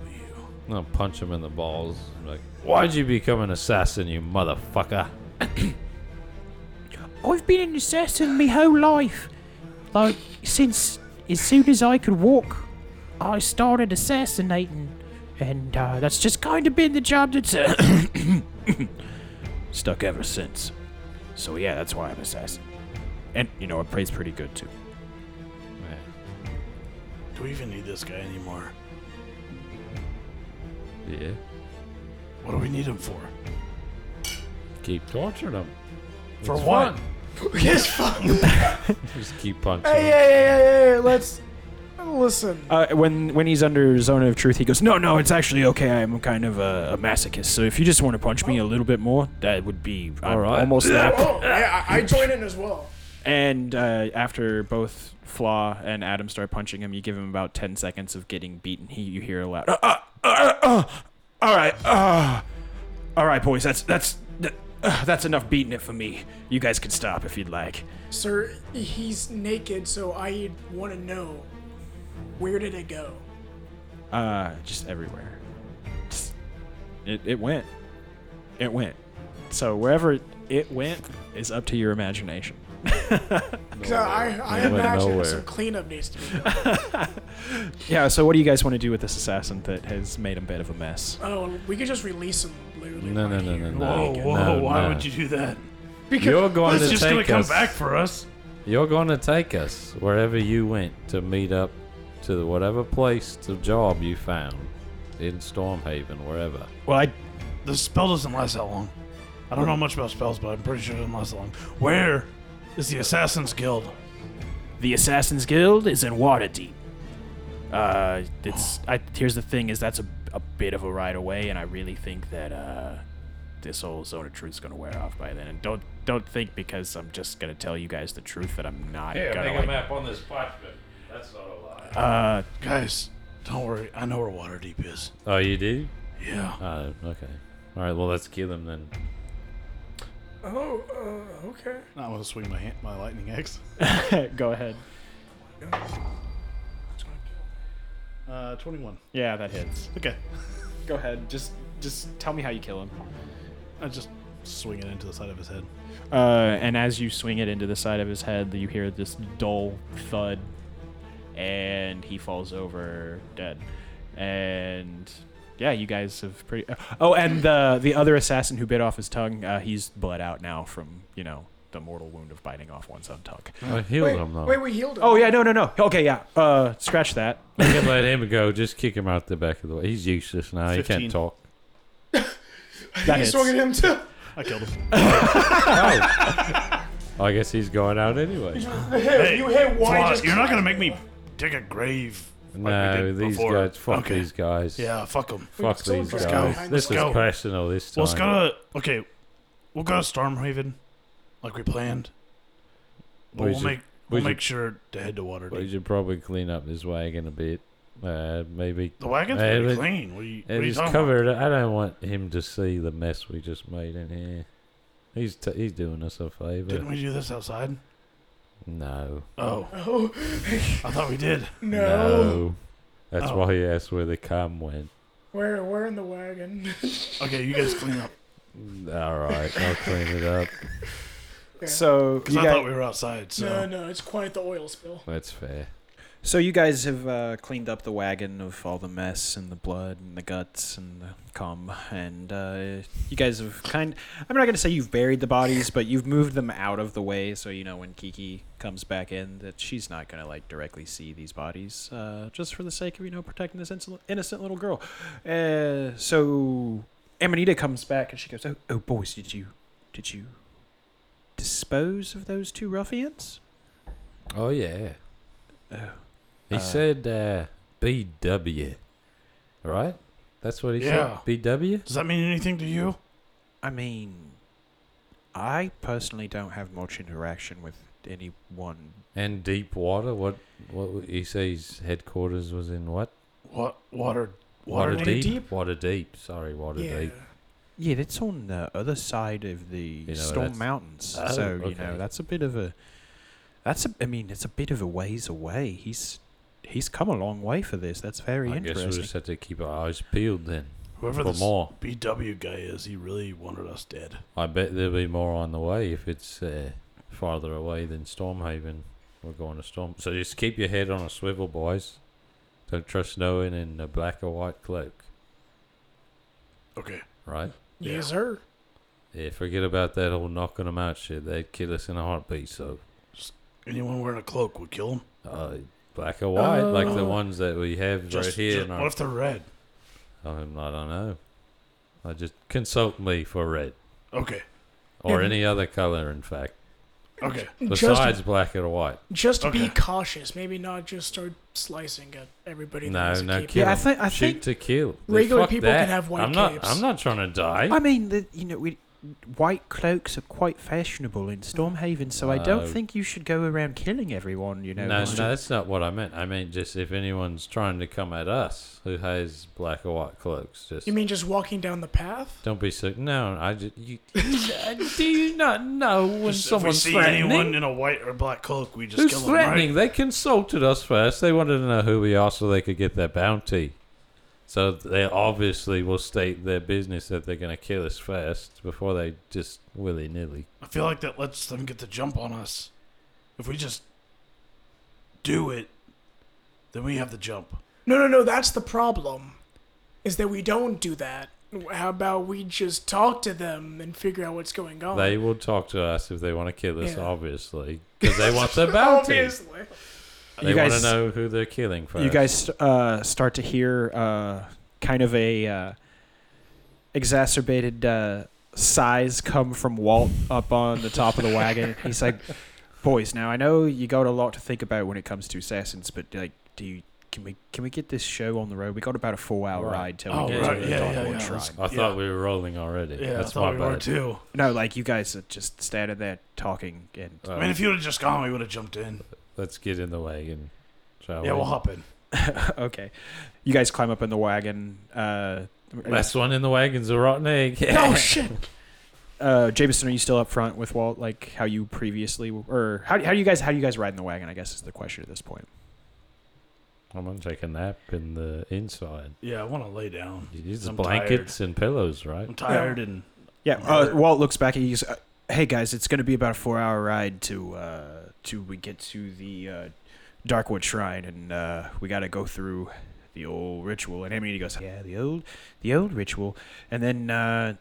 [SPEAKER 1] I'm going to punch him in the balls. I'm like, why'd you become an assassin, you motherfucker?
[SPEAKER 3] I've been an assassin my whole life. Like, since as soon as I could walk, I started assassinating. And uh, that's just kind of been the job that's. Uh,
[SPEAKER 2] Stuck ever since. So, yeah, that's why I'm an assassin. And, you know, it pays pretty good too.
[SPEAKER 1] Yeah.
[SPEAKER 4] Do we even need this guy anymore?
[SPEAKER 1] yeah.
[SPEAKER 4] What do we need him for?
[SPEAKER 1] Keep torturing him.
[SPEAKER 4] For
[SPEAKER 1] It's
[SPEAKER 4] what?
[SPEAKER 1] fun.
[SPEAKER 5] Yes, fuck. Hey,
[SPEAKER 1] Just keep punching
[SPEAKER 5] hey, hey,
[SPEAKER 1] him.
[SPEAKER 5] hey, hey, let's listen.
[SPEAKER 2] uh, when when he's under zone of truth, he goes, "No, no, it's actually okay. I'm kind of a, a masochist. So if you just want to punch me a little bit more, that would be I'm
[SPEAKER 1] All right.
[SPEAKER 2] almost there."
[SPEAKER 5] Oh, yeah, I, I join in as well.
[SPEAKER 2] And uh, after both Flaw and Adam start punching him, you give him about ten seconds of getting beaten. He you hear a loud, "Uh, uh, uh, uh, "All right, uh, all right, boys, that's that's." that- uh, that's enough beating it for me. You guys can stop if you'd like.
[SPEAKER 5] Sir, he's naked, so I want to know where did it go?
[SPEAKER 2] Uh, just everywhere. Just- It, it went. It went. So wherever it went is up to your imagination.
[SPEAKER 5] 'Cause I, I
[SPEAKER 1] Nowhere.
[SPEAKER 5] imagine
[SPEAKER 1] Nowhere.
[SPEAKER 5] some cleanup needs to be done.
[SPEAKER 2] Yeah, so what do you guys want to do with this assassin that has made a bit of a mess?
[SPEAKER 5] oh, we could just release him. Literally
[SPEAKER 1] No, no,
[SPEAKER 5] right
[SPEAKER 1] no,
[SPEAKER 5] here.
[SPEAKER 1] no, no.
[SPEAKER 4] Whoa,
[SPEAKER 1] no,
[SPEAKER 4] whoa, why
[SPEAKER 1] no.
[SPEAKER 4] would you do that?
[SPEAKER 5] Because
[SPEAKER 1] You're going
[SPEAKER 4] He's
[SPEAKER 1] to
[SPEAKER 4] just
[SPEAKER 1] take
[SPEAKER 4] gonna come
[SPEAKER 1] us.
[SPEAKER 4] back for us.
[SPEAKER 1] You're going to take us wherever you went to meet up to the whatever place, the job you found in Stormhaven, wherever.
[SPEAKER 2] Well, I
[SPEAKER 4] The spell doesn't last that long. I don't know much about spells, but I'm pretty sure it doesn't last that long. Where is the Assassin's Guild?
[SPEAKER 3] the Assassin's Guild is in Waterdeep. Uh, it's. I, here's the thing: is that's a, a bit of a ride away, and I really think that uh, this whole zone of truth's gonna wear off by then. And don't don't think because I'm just gonna tell you guys the truth that I'm not gonna. Like,
[SPEAKER 1] map on this parchment. That's not a lie.
[SPEAKER 3] uh,
[SPEAKER 4] Guys, don't worry. I know where Waterdeep is.
[SPEAKER 1] Oh, you do?
[SPEAKER 4] Yeah.
[SPEAKER 1] Oh, okay. All right, well, let's kill him then.
[SPEAKER 5] Oh, uh, okay.
[SPEAKER 4] Not want to swing my hand, my lightning axe.
[SPEAKER 2] go ahead.
[SPEAKER 4] Uh, 21.
[SPEAKER 2] Yeah, that hits.
[SPEAKER 4] Okay.
[SPEAKER 2] Go ahead. Just just tell me how you kill him.
[SPEAKER 4] I just swing it into the side of his head.
[SPEAKER 2] Uh, and as you swing it into the side of his head, you hear this dull thud, and he falls over dead. And yeah, you guys have pretty. Oh, and the the other assassin who bit off his tongue, uh, he's bled out now from you know the mortal wound of biting off one's own tongue.
[SPEAKER 1] I healed
[SPEAKER 5] Wait,
[SPEAKER 1] him though.
[SPEAKER 5] wait, we healed him.
[SPEAKER 2] Oh yeah, no, no, no. Okay, yeah. Uh, scratch that.
[SPEAKER 1] I can let him go. Just kick him out the back of the way. He's useless now. He
[SPEAKER 4] 15.
[SPEAKER 1] can't talk.
[SPEAKER 2] That hits.
[SPEAKER 5] He's swung at him too.
[SPEAKER 4] I killed him.
[SPEAKER 1] I guess he's going out anyway.
[SPEAKER 5] Hey, you hit one. he
[SPEAKER 4] Floss,
[SPEAKER 5] just-
[SPEAKER 4] you're not gonna make me dig a grave. like we
[SPEAKER 1] no,
[SPEAKER 4] did
[SPEAKER 1] these
[SPEAKER 4] before.
[SPEAKER 1] guys. Fuck
[SPEAKER 4] Okay.
[SPEAKER 1] these guys.
[SPEAKER 4] Yeah, fuck them.
[SPEAKER 1] Fuck
[SPEAKER 5] Still
[SPEAKER 1] these
[SPEAKER 5] let's
[SPEAKER 1] guys.
[SPEAKER 5] go.
[SPEAKER 1] This
[SPEAKER 5] Let's
[SPEAKER 1] is
[SPEAKER 4] go.
[SPEAKER 1] personal this time.
[SPEAKER 4] Well, it's gonna okay. We'll go to Stormhaven, like we planned. But
[SPEAKER 1] We
[SPEAKER 4] we'll
[SPEAKER 1] should-
[SPEAKER 4] make we'll
[SPEAKER 1] should-
[SPEAKER 4] make sure to head to
[SPEAKER 1] We
[SPEAKER 4] Waterdeep.
[SPEAKER 1] should probably clean up this wagon a bit. Uh, maybe.
[SPEAKER 4] The wagon's
[SPEAKER 1] Hey,
[SPEAKER 4] pretty
[SPEAKER 1] but-
[SPEAKER 4] clean. What are you, what
[SPEAKER 1] It
[SPEAKER 4] are you
[SPEAKER 1] is
[SPEAKER 4] talking about?
[SPEAKER 1] covered. I don't want him to see the mess we just made in here. He's t- he's doing us a favor.
[SPEAKER 4] Didn't we do this outside?
[SPEAKER 1] No.
[SPEAKER 4] Oh,
[SPEAKER 5] Oh
[SPEAKER 4] I thought we did.
[SPEAKER 5] no.
[SPEAKER 1] That's
[SPEAKER 4] Oh.
[SPEAKER 1] why he asked where the cam went.
[SPEAKER 5] We're we're in the wagon.
[SPEAKER 4] Okay, you guys clean up.
[SPEAKER 1] All right, I'll clean it up.
[SPEAKER 2] So
[SPEAKER 4] Because
[SPEAKER 2] you
[SPEAKER 4] I
[SPEAKER 2] guys,
[SPEAKER 4] thought we were outside. So
[SPEAKER 5] No, no, it's quite the oil spill.
[SPEAKER 1] That's fair.
[SPEAKER 2] so you guys have uh, cleaned up the wagon of all the mess and the blood and the guts and the cum, and uh, you guys have kind. I'm not gonna say you've buried the bodies, but you've moved them out of the way, so you know when Kiki comes back in that she's not gonna like directly see these bodies, uh, just for the sake of you know protecting this insul- innocent little girl. Uh, so Amanita comes back and she goes, "Oh, oh, boys, did you, did you?" Dispose of those two ruffians?
[SPEAKER 1] Oh yeah.
[SPEAKER 2] Oh.
[SPEAKER 1] He
[SPEAKER 2] Uh,
[SPEAKER 1] said uh, BW, right? That's what he
[SPEAKER 4] Yeah.
[SPEAKER 1] said. BW.
[SPEAKER 4] does that mean anything to you?
[SPEAKER 2] I mean, I personally don't have much interaction with anyone.
[SPEAKER 1] And deep water. What? What? He says headquarters was in what?
[SPEAKER 4] What water?
[SPEAKER 1] Water,
[SPEAKER 4] Water,
[SPEAKER 1] deep.
[SPEAKER 5] Deep?
[SPEAKER 1] Water deep. Sorry, water
[SPEAKER 5] Yeah.
[SPEAKER 1] deep.
[SPEAKER 2] Yeah, that's on the other side of the
[SPEAKER 1] know,
[SPEAKER 2] Storm
[SPEAKER 1] that's-
[SPEAKER 2] Mountains.
[SPEAKER 1] Oh,
[SPEAKER 2] so,
[SPEAKER 1] okay.
[SPEAKER 2] you know, that's a bit of a. That's a. I mean, it's a bit of a ways away. He's. He's come a long way for this. That's very
[SPEAKER 1] I guess we
[SPEAKER 2] interesting.
[SPEAKER 1] just have to keep our eyes peeled then
[SPEAKER 4] Whoever
[SPEAKER 1] for
[SPEAKER 4] this
[SPEAKER 1] more.
[SPEAKER 4] BW guy is, he really wanted us dead.
[SPEAKER 1] I bet there'll be more on the way if it's uh, farther away than Stormhaven. We're going to Storm. So just keep your head on a swivel, boys. Don't trust no one in a black or white cloak,
[SPEAKER 4] Okay.
[SPEAKER 1] right?
[SPEAKER 4] Yeah.
[SPEAKER 5] Yes, sir.
[SPEAKER 1] Yeah, forget about that whole knocking them out shit. They'd kill us in a heartbeat, so.
[SPEAKER 4] Anyone wearing a cloak would kill him.
[SPEAKER 1] Uh, black or white, like the
[SPEAKER 5] Uh,
[SPEAKER 1] ones that we have right
[SPEAKER 4] Oh. Just,
[SPEAKER 1] here.
[SPEAKER 4] just-
[SPEAKER 1] in
[SPEAKER 4] what
[SPEAKER 1] our,
[SPEAKER 4] if they're red?
[SPEAKER 1] I'm not, I don't know. I just consult me for red
[SPEAKER 4] Okay.
[SPEAKER 1] or
[SPEAKER 5] Yeah.
[SPEAKER 1] any other color, in fact,
[SPEAKER 4] Okay.
[SPEAKER 1] besides black or white.
[SPEAKER 5] Just, just be
[SPEAKER 4] Okay.
[SPEAKER 5] cautious. Maybe not just start slicing at everybody. that
[SPEAKER 1] No,
[SPEAKER 5] has a
[SPEAKER 1] no
[SPEAKER 5] cape.
[SPEAKER 1] kidding.
[SPEAKER 2] yeah, I think. I
[SPEAKER 1] Shoot
[SPEAKER 2] think.
[SPEAKER 1] to kill.
[SPEAKER 5] Regular
[SPEAKER 1] Fuck
[SPEAKER 5] people
[SPEAKER 1] that.
[SPEAKER 5] can have white
[SPEAKER 1] I'm not,
[SPEAKER 5] capes.
[SPEAKER 1] I'm not trying to die.
[SPEAKER 2] I mean, the, you know, we, white cloaks are quite fashionable in Stormhaven, so I
[SPEAKER 1] No.
[SPEAKER 2] don't think you should go around killing everyone. You know,
[SPEAKER 1] No, no,
[SPEAKER 2] it's just-
[SPEAKER 1] that's not what I meant. I meant just if anyone's trying to come at us who has black or white cloaks, just
[SPEAKER 5] You mean just walking down the path?
[SPEAKER 1] don't be sick. No, I just you. do you not know when
[SPEAKER 4] Just
[SPEAKER 1] someone's
[SPEAKER 4] if we see
[SPEAKER 1] threatening?
[SPEAKER 4] anyone in a white or black cloak, we just
[SPEAKER 1] Who's
[SPEAKER 4] kill them,
[SPEAKER 1] threatening?
[SPEAKER 4] right?
[SPEAKER 1] They consulted us first. They wanted to know who we are so they could get their bounty. So they obviously will state their business that they're going to kill us first before they just willy nilly.
[SPEAKER 4] I feel like that lets them get the jump on us. If we just do it, then we have the jump.
[SPEAKER 5] No, no, no. That's the problem. Is that we don't do that. How about we just talk to them and figure out what's going on?
[SPEAKER 1] They will talk to us if they want to kill us,
[SPEAKER 5] Yeah.
[SPEAKER 1] obviously, because they want their bounty.
[SPEAKER 5] Obviously.
[SPEAKER 1] They
[SPEAKER 2] You
[SPEAKER 1] want
[SPEAKER 2] guys-
[SPEAKER 1] to know who they're killing first.
[SPEAKER 2] you guys uh, start to hear uh, kind of a uh, exacerbated uh, sighs come from Walt up on the top of the wagon. He's like, "Boys, now I know you got a lot to think about when it comes to assassins, but like, do you, can we can we get this show on the road? We got about a four-hour
[SPEAKER 1] Right.
[SPEAKER 2] ride till
[SPEAKER 4] Oh,
[SPEAKER 2] we get
[SPEAKER 1] right.
[SPEAKER 2] to the
[SPEAKER 1] Yeah,
[SPEAKER 2] Dawn
[SPEAKER 1] yeah,
[SPEAKER 2] Lord
[SPEAKER 4] yeah.
[SPEAKER 2] Shrine.
[SPEAKER 1] I
[SPEAKER 4] Yeah.
[SPEAKER 1] thought we were rolling already.
[SPEAKER 4] Yeah, I
[SPEAKER 1] That's
[SPEAKER 4] thought
[SPEAKER 1] my
[SPEAKER 4] we were
[SPEAKER 1] bad.
[SPEAKER 4] too.
[SPEAKER 2] No, like you guys are just standing there talking, and
[SPEAKER 1] Uh,
[SPEAKER 4] I mean, if you would have just gone, we would have jumped in.
[SPEAKER 1] let's get in the wagon. Shall
[SPEAKER 4] yeah,
[SPEAKER 1] we?
[SPEAKER 4] we'll hop in.
[SPEAKER 1] Uh.
[SPEAKER 2] okay, you guys climb up in the wagon. Uh,
[SPEAKER 1] Last one in the wagon's a rotten egg.
[SPEAKER 5] Oh shit!
[SPEAKER 2] uh Jameson, are you still up front with Walt? Like how you previously, or how, how do you guys how do you guys ride in the wagon? I guess is the question at this point.
[SPEAKER 1] I'm gonna take a nap in the inside.
[SPEAKER 4] Yeah, I want to lay down.
[SPEAKER 1] You use the
[SPEAKER 4] I'm
[SPEAKER 1] blankets and pillows, right?
[SPEAKER 4] I'm tired and
[SPEAKER 2] Yeah, uh, Walt looks back and he's, uh, "Hey guys, it's going to be about a four hour ride to uh to we get to the uh, Darkwood Shrine, and uh, we got to go through the old ritual. And Amity goes, yeah, the old, the old ritual. And then uh,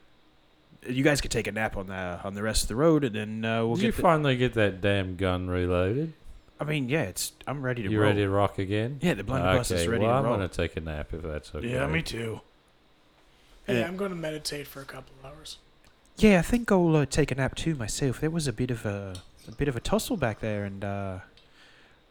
[SPEAKER 2] you guys could take a nap on the on the rest of the road, and then uh, we'll
[SPEAKER 1] Did you
[SPEAKER 2] get. the-
[SPEAKER 1] finally get that damn gun reloaded?
[SPEAKER 2] I mean, yeah, it's. I'm ready to
[SPEAKER 1] You
[SPEAKER 2] roll.
[SPEAKER 1] ready to rock again?
[SPEAKER 2] Yeah, the blunderbuss
[SPEAKER 1] okay,
[SPEAKER 2] is ready
[SPEAKER 1] well,
[SPEAKER 2] to roll.
[SPEAKER 1] I'm gonna take a nap if that's okay.
[SPEAKER 4] Yeah, me too.
[SPEAKER 5] Hey,
[SPEAKER 4] Yeah.
[SPEAKER 5] I'm going to meditate for a couple hours.
[SPEAKER 2] Yeah, I think I'll uh, take a nap too myself. There was a bit of a, a bit of a tussle back there, and uh,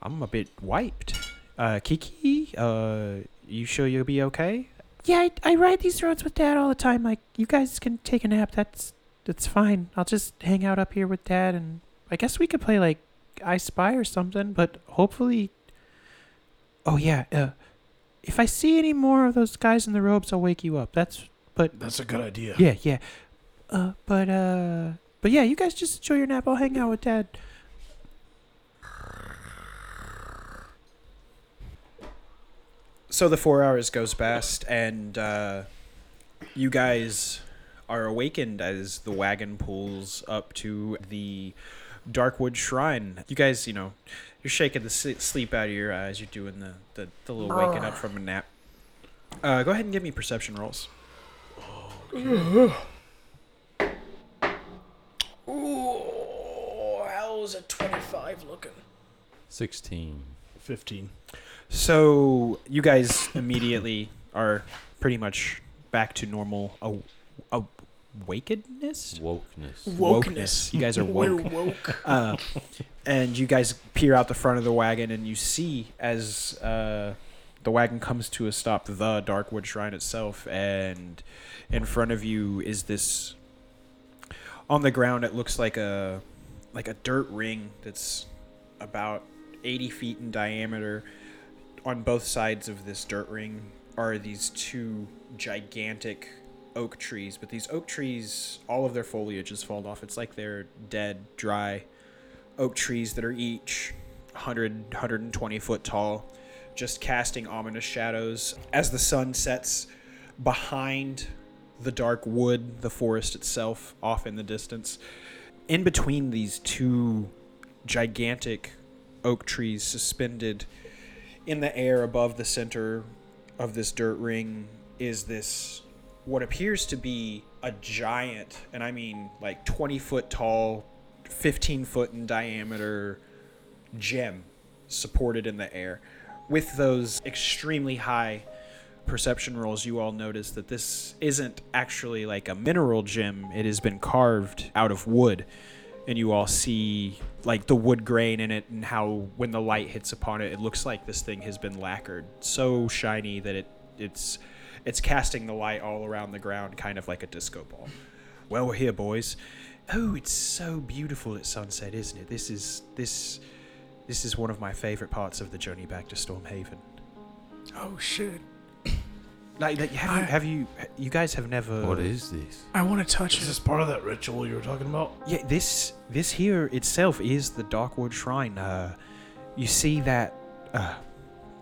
[SPEAKER 2] I'm a bit wiped. Uh, Kiki, uh, you sure you'll be okay?
[SPEAKER 3] Yeah, I, I ride these roads with Dad all the time. Like, you guys can take a nap. That's that's fine. I'll just hang out up here with Dad, and I guess we could play like I Spy or something. But hopefully, oh yeah, uh, if I see any more of those guys in the robes, I'll wake you up. That's
[SPEAKER 4] That's a good idea.
[SPEAKER 3] yeah, yeah. Uh, but uh, but yeah, you guys just enjoy your nap. I'll hang out with Dad.
[SPEAKER 2] So the four hours goes past, and uh, you guys are awakened as the wagon pulls up to the Darkwood Shrine. You guys, you know, you're shaking the s- sleep out of your eyes. You're doing the the, the little waking up from a nap. Uh, go ahead and give me perception rolls.
[SPEAKER 5] Ooh, how's a 25 looking?
[SPEAKER 1] Sixteen.
[SPEAKER 4] 15.
[SPEAKER 2] So you guys immediately are pretty much back to normal aw- aw- awakenedness.
[SPEAKER 1] Wokeness.
[SPEAKER 5] Wokeness.
[SPEAKER 2] You guys are
[SPEAKER 5] We're
[SPEAKER 2] woke.
[SPEAKER 5] woke.
[SPEAKER 2] uh, and you guys peer out the front of the wagon and you see as uh, the wagon comes to a stop the darkwood shrine itself and in front of you is this on the ground it looks like a like a dirt ring that's about 80 feet in diameter on both sides of this dirt ring are these two gigantic oak trees but these oak trees all of their foliage has fallen off it's like they're dead dry oak trees that are each 100 120 foot tall just casting ominous shadows as the sun sets behind the dark wood the forest itself off in the distance in between these two gigantic oak trees suspended in the air above the center of this dirt ring is this what appears to be a giant and i mean like 20 foot tall 15 foot in diameter gem supported in the air with those extremely high perception rolls you all notice that this isn't actually like a mineral gem it has been carved out of wood and you all see like the wood grain in it and how when the light hits upon it it looks like this thing has been lacquered so shiny that it it's it's casting the light all around the ground kind of like a disco ball well we're here boys oh it's so beautiful at sunset isn't it this is this this is one of my favorite parts of the journey back to stormhaven
[SPEAKER 5] Oh, shit.
[SPEAKER 2] like, like have, you, have you you guys have never
[SPEAKER 1] What is this?
[SPEAKER 5] I want to touch
[SPEAKER 4] Is
[SPEAKER 5] it.
[SPEAKER 4] this part of that ritual you were talking about?
[SPEAKER 2] Yeah, this this here itself is the Darkwood Shrine. Uh, you see that uh,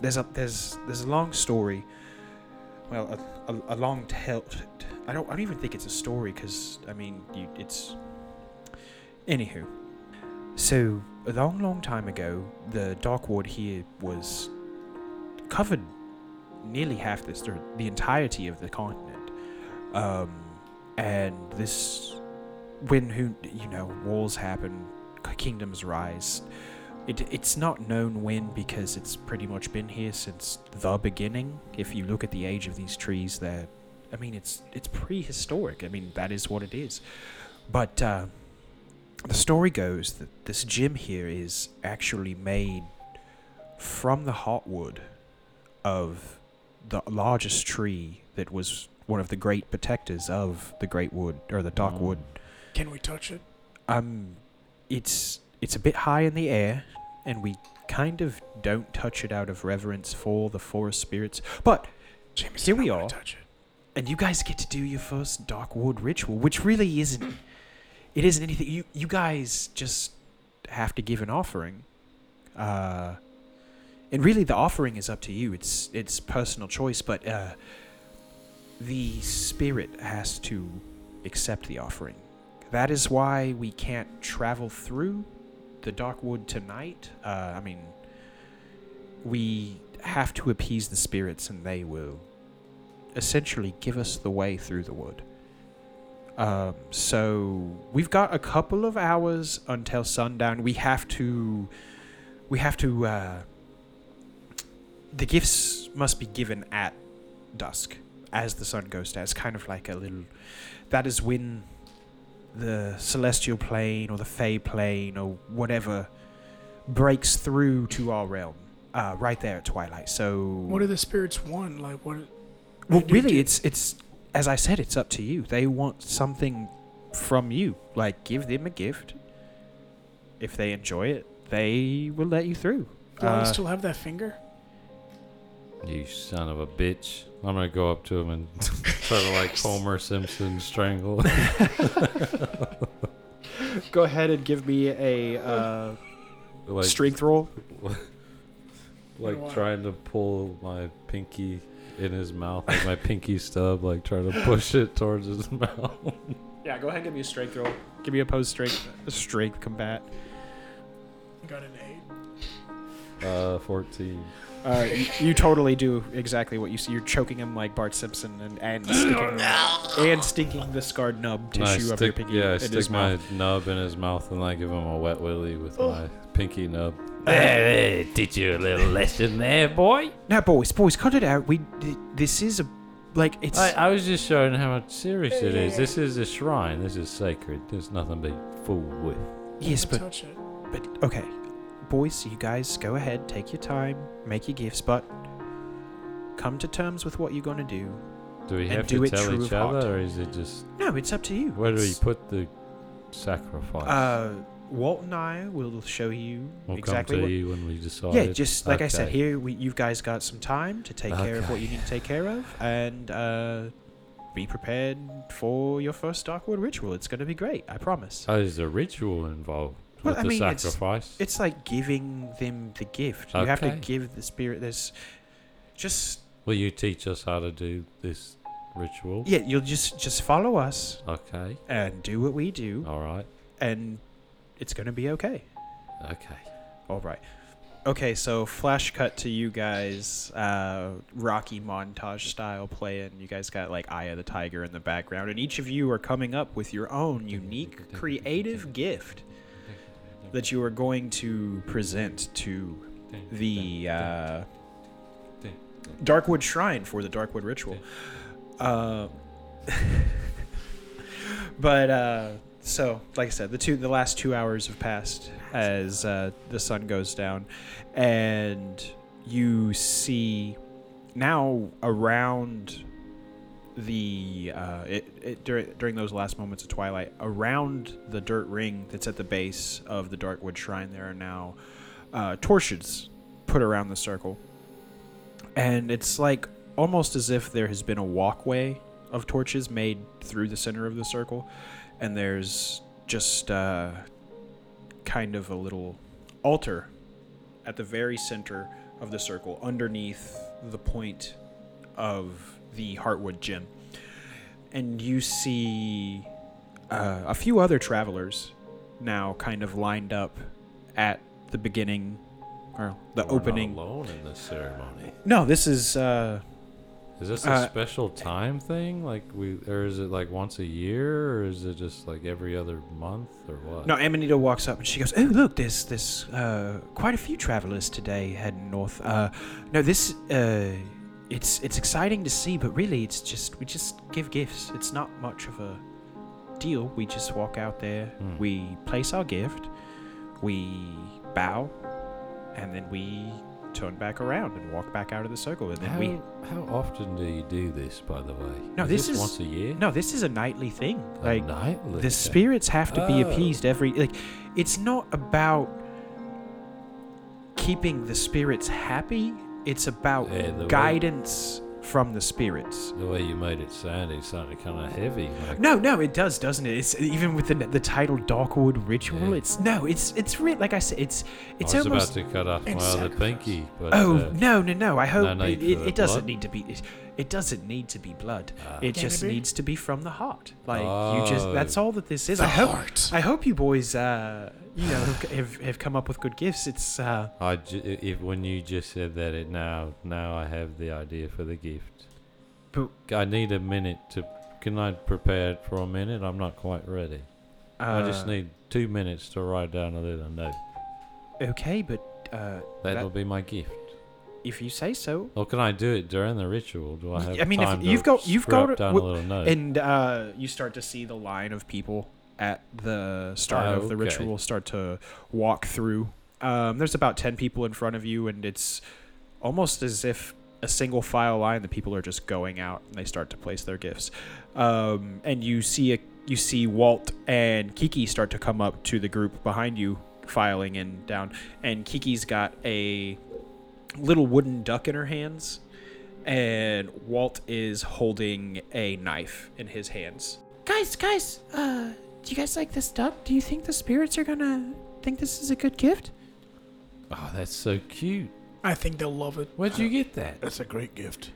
[SPEAKER 2] there's a there's there's a long story. Well, a, a, a long tell. I don't I don't even think it's a story because I mean you, it's. Anywho, so a long long time ago, the Darkwood here was covered nearly half this or the entirety of the continent, um, and this when who you know wars happen k- kingdoms rise it, it's not known when because it's pretty much been here since the beginning if you look at the age of these trees they're i mean it's it's prehistoric i mean that is what it is but uh, the story goes that this gem here is actually made from the heartwood of the largest tree that was one of the great protectors of the great wood or the
[SPEAKER 1] Mm.
[SPEAKER 2] dark wood
[SPEAKER 5] Can we touch it?
[SPEAKER 2] um, it's it's a bit high in the air, and we kind of don't touch it out of reverence for the forest spirits. But
[SPEAKER 5] Jameson,
[SPEAKER 2] Here we
[SPEAKER 5] I wanna
[SPEAKER 2] are.
[SPEAKER 5] Touch it.
[SPEAKER 2] and you guys get to do your first Darkwood ritual, which really isn't it isn't anything. You you guys just have to give an offering, uh, and really the offering is up to you. It's it's personal choice, but uh, the spirit has to accept the offering. That is why we can't travel through the Darkwood tonight. Uh, I mean, we have to appease the spirits, and they will essentially give us the way through the wood. Um, so we've got a couple of hours until sundown. We have to, we have to. Uh, the gifts must be given at dusk, as the sun goes down. It's kind of like a little. That is when the celestial plane or the fey plane or whatever breaks through to our realm. Uh, right there at twilight. So
[SPEAKER 5] What do the spirits want? Like what?
[SPEAKER 2] well,
[SPEAKER 5] They do
[SPEAKER 2] really,
[SPEAKER 5] do-
[SPEAKER 2] it's it's as I said, it's up to you. They want something from you. Like give them a gift. If they enjoy it, they will let you through.
[SPEAKER 5] Do I
[SPEAKER 2] Uh,
[SPEAKER 5] still have that finger?
[SPEAKER 1] You son of a bitch. I'm gonna go up to him and try to like Homer Simpson strangle. him.
[SPEAKER 2] go ahead and give me a uh,
[SPEAKER 1] like,
[SPEAKER 2] strength roll.
[SPEAKER 1] like trying to pull my pinky in his mouth, like my pinky stub, like trying to push it towards his mouth.
[SPEAKER 2] Yeah, go ahead and give me a strength roll. Give me opposed strength strength combat.
[SPEAKER 5] I got an eight.
[SPEAKER 1] Uh, 14.
[SPEAKER 2] Uh, you, you totally do exactly what you see. You're choking him like Bart Simpson and and sticking, and stinking the scarred nub
[SPEAKER 1] And I
[SPEAKER 2] tissue of your
[SPEAKER 1] stick-
[SPEAKER 2] pinky
[SPEAKER 1] yeah, I
[SPEAKER 2] in his
[SPEAKER 1] stick
[SPEAKER 2] mouth. Oh.
[SPEAKER 1] my nub in his mouth and I give him a wet willy with my pinky nub. teach you a little lesson there, boy.
[SPEAKER 2] Now, boys, boys, cut it out. We th- this is a like it's
[SPEAKER 1] I, I was just showing how much serious it is. This is a shrine. This is sacred. There's nothing to be fooled with.
[SPEAKER 2] yes,
[SPEAKER 5] Don't
[SPEAKER 2] but
[SPEAKER 5] touch it.
[SPEAKER 2] but okay, boys, you guys go ahead, take your time, make your gifts, but come to terms with what you're gonna do.
[SPEAKER 1] Do we
[SPEAKER 2] And
[SPEAKER 1] have
[SPEAKER 2] do
[SPEAKER 1] to
[SPEAKER 2] it
[SPEAKER 1] tell
[SPEAKER 2] true of
[SPEAKER 1] each
[SPEAKER 2] heart.
[SPEAKER 1] other, or is it just
[SPEAKER 2] No, it's up to you.
[SPEAKER 1] where do we
[SPEAKER 2] It's-
[SPEAKER 1] put the sacrifice?
[SPEAKER 2] Uh, Walt and I will show you
[SPEAKER 1] we'll
[SPEAKER 2] exactly
[SPEAKER 1] come to
[SPEAKER 2] what.
[SPEAKER 1] you when we decide.
[SPEAKER 2] Yeah, just like I said,
[SPEAKER 1] Okay.
[SPEAKER 2] here we, you guys got some time to take care of what
[SPEAKER 1] Okay.
[SPEAKER 2] you need to take care of, and uh, be prepared for your first Darkwood ritual. It's gonna be great, I promise.
[SPEAKER 1] Oh, there's a ritual involved
[SPEAKER 2] Well,
[SPEAKER 1] with
[SPEAKER 2] I
[SPEAKER 1] the
[SPEAKER 2] mean, it's-
[SPEAKER 1] sacrifice.
[SPEAKER 2] It's like giving them the gift. You have to
[SPEAKER 1] Okay.
[SPEAKER 2] give the spirit. There's just
[SPEAKER 1] Will you teach us how to do this ritual?
[SPEAKER 2] yeah. You'll just just follow us
[SPEAKER 1] Okay.
[SPEAKER 2] and do what we do,
[SPEAKER 1] All right.
[SPEAKER 2] and it's gonna be okay.
[SPEAKER 1] Okay.
[SPEAKER 2] All right. Okay, so flash cut to you guys, uh, Rocky montage style playing. You guys got like Eye of the Tiger in the background, and each of you are coming up with your own unique creative gift that you are going to present to the uh, Darkwood Shrine for the Darkwood Ritual. Uh, but uh, so, like I said, the two the last two hours have passed as uh, the sun goes down, and you see now around the uh, it, it during, during those last moments of twilight around the dirt ring that's at the base of the darkwood shrine there are now uh, torches put around the circle and it's like almost as if there has been a walkway of torches made through the center of the circle and there's just uh, kind of a little altar at the very center of the circle underneath the point of the heartwood gym and you see uh, a few other travelers now kind of lined up at the beginning or the
[SPEAKER 1] We're Oh, not
[SPEAKER 2] opening
[SPEAKER 1] alone in this ceremony.
[SPEAKER 2] no, this is uh
[SPEAKER 1] Is this a
[SPEAKER 2] Uh,
[SPEAKER 1] special time thing? Like we, or is it like once a year, or is it just like every other month, or what?
[SPEAKER 2] no Amanita walks up and she goes, "Oh, look, there's there's uh quite a few travelers today heading north. Uh no, this uh it's it's exciting to see, but really it's just we just give gifts. It's not much of a deal. We just walk out there,
[SPEAKER 1] Hmm.
[SPEAKER 2] we place our gift, we bow, and then we turn back around and walk back out of the circle and then
[SPEAKER 1] How,
[SPEAKER 2] we
[SPEAKER 1] how often do you do this, by the way?
[SPEAKER 2] No,
[SPEAKER 1] is
[SPEAKER 2] this is-
[SPEAKER 1] once a year.
[SPEAKER 2] No, this is a nightly thing.
[SPEAKER 1] A
[SPEAKER 2] Like
[SPEAKER 1] nightly
[SPEAKER 2] the
[SPEAKER 1] thing?
[SPEAKER 2] spirits have to be
[SPEAKER 1] Oh.
[SPEAKER 2] appeased every like it's not about keeping the spirits happy, it's about
[SPEAKER 1] Yeah, the way-
[SPEAKER 2] guidance from the spirits.
[SPEAKER 1] The way you made it sound, it sounded kind of heavy. Like,
[SPEAKER 2] No, no, it does, doesn't it? It's even with the, the title Darkwood Ritual.
[SPEAKER 1] Yeah.
[SPEAKER 2] It's no, it's it's re- like I said, it's it's
[SPEAKER 1] I was
[SPEAKER 2] almost
[SPEAKER 1] about to cut off my
[SPEAKER 5] and
[SPEAKER 1] other
[SPEAKER 5] sacrifice.
[SPEAKER 1] pinky, but
[SPEAKER 2] Oh
[SPEAKER 1] uh,
[SPEAKER 2] no no no! I hope
[SPEAKER 1] no
[SPEAKER 2] it,
[SPEAKER 1] need
[SPEAKER 2] it,
[SPEAKER 1] for
[SPEAKER 2] it doesn't
[SPEAKER 1] blood.
[SPEAKER 2] need to be. It, it doesn't need to be blood.
[SPEAKER 1] Ah.
[SPEAKER 2] it
[SPEAKER 5] Can it
[SPEAKER 2] just
[SPEAKER 5] be?
[SPEAKER 2] needs to be from the heart. Like you just.
[SPEAKER 1] Oh.
[SPEAKER 2] That's all that this is.
[SPEAKER 5] The
[SPEAKER 2] I hope.
[SPEAKER 5] heart.
[SPEAKER 2] I hope you boys. Uh,
[SPEAKER 6] you know, have, have, have come up with good gifts. It's uh,
[SPEAKER 1] I ju- i- if when you just said that, it now now I have the idea for the gift.
[SPEAKER 6] But-
[SPEAKER 1] I need a minute to. Can I prepare it for a minute? I'm not quite ready. I just
[SPEAKER 6] uh,
[SPEAKER 1] need two minutes to write down a little note.
[SPEAKER 6] okay, but uh,
[SPEAKER 1] That'll be my gift.
[SPEAKER 6] if you say so.
[SPEAKER 1] Or can I do it during the ritual? Do I
[SPEAKER 6] Y-
[SPEAKER 1] have
[SPEAKER 6] I mean, if
[SPEAKER 1] time
[SPEAKER 6] you've
[SPEAKER 1] to
[SPEAKER 6] got- you've
[SPEAKER 1] screw
[SPEAKER 6] got
[SPEAKER 1] up
[SPEAKER 6] a-
[SPEAKER 1] down a
[SPEAKER 6] w-
[SPEAKER 1] little note?
[SPEAKER 6] And uh, you start to see the line of people at the start
[SPEAKER 1] Oh,
[SPEAKER 6] of the
[SPEAKER 1] okay.
[SPEAKER 6] ritual start to walk through. Um, there's about 10 people in front of you, and it's almost as if a single file line, the people are just going out and they start to place their gifts. Um, and you see a you see Walt and Kiki start to come up to the group behind you, filing in down. And Kiki's got a little wooden duck in her hands, and Walt is holding a knife in his hands.
[SPEAKER 2] Guys, guys, uh, do you guys like this duck? Do you think the spirits are gonna think this is a good gift?
[SPEAKER 1] oh, that's so cute.
[SPEAKER 5] I think they'll love it.
[SPEAKER 1] Where'd you get that?
[SPEAKER 4] That's a great gift.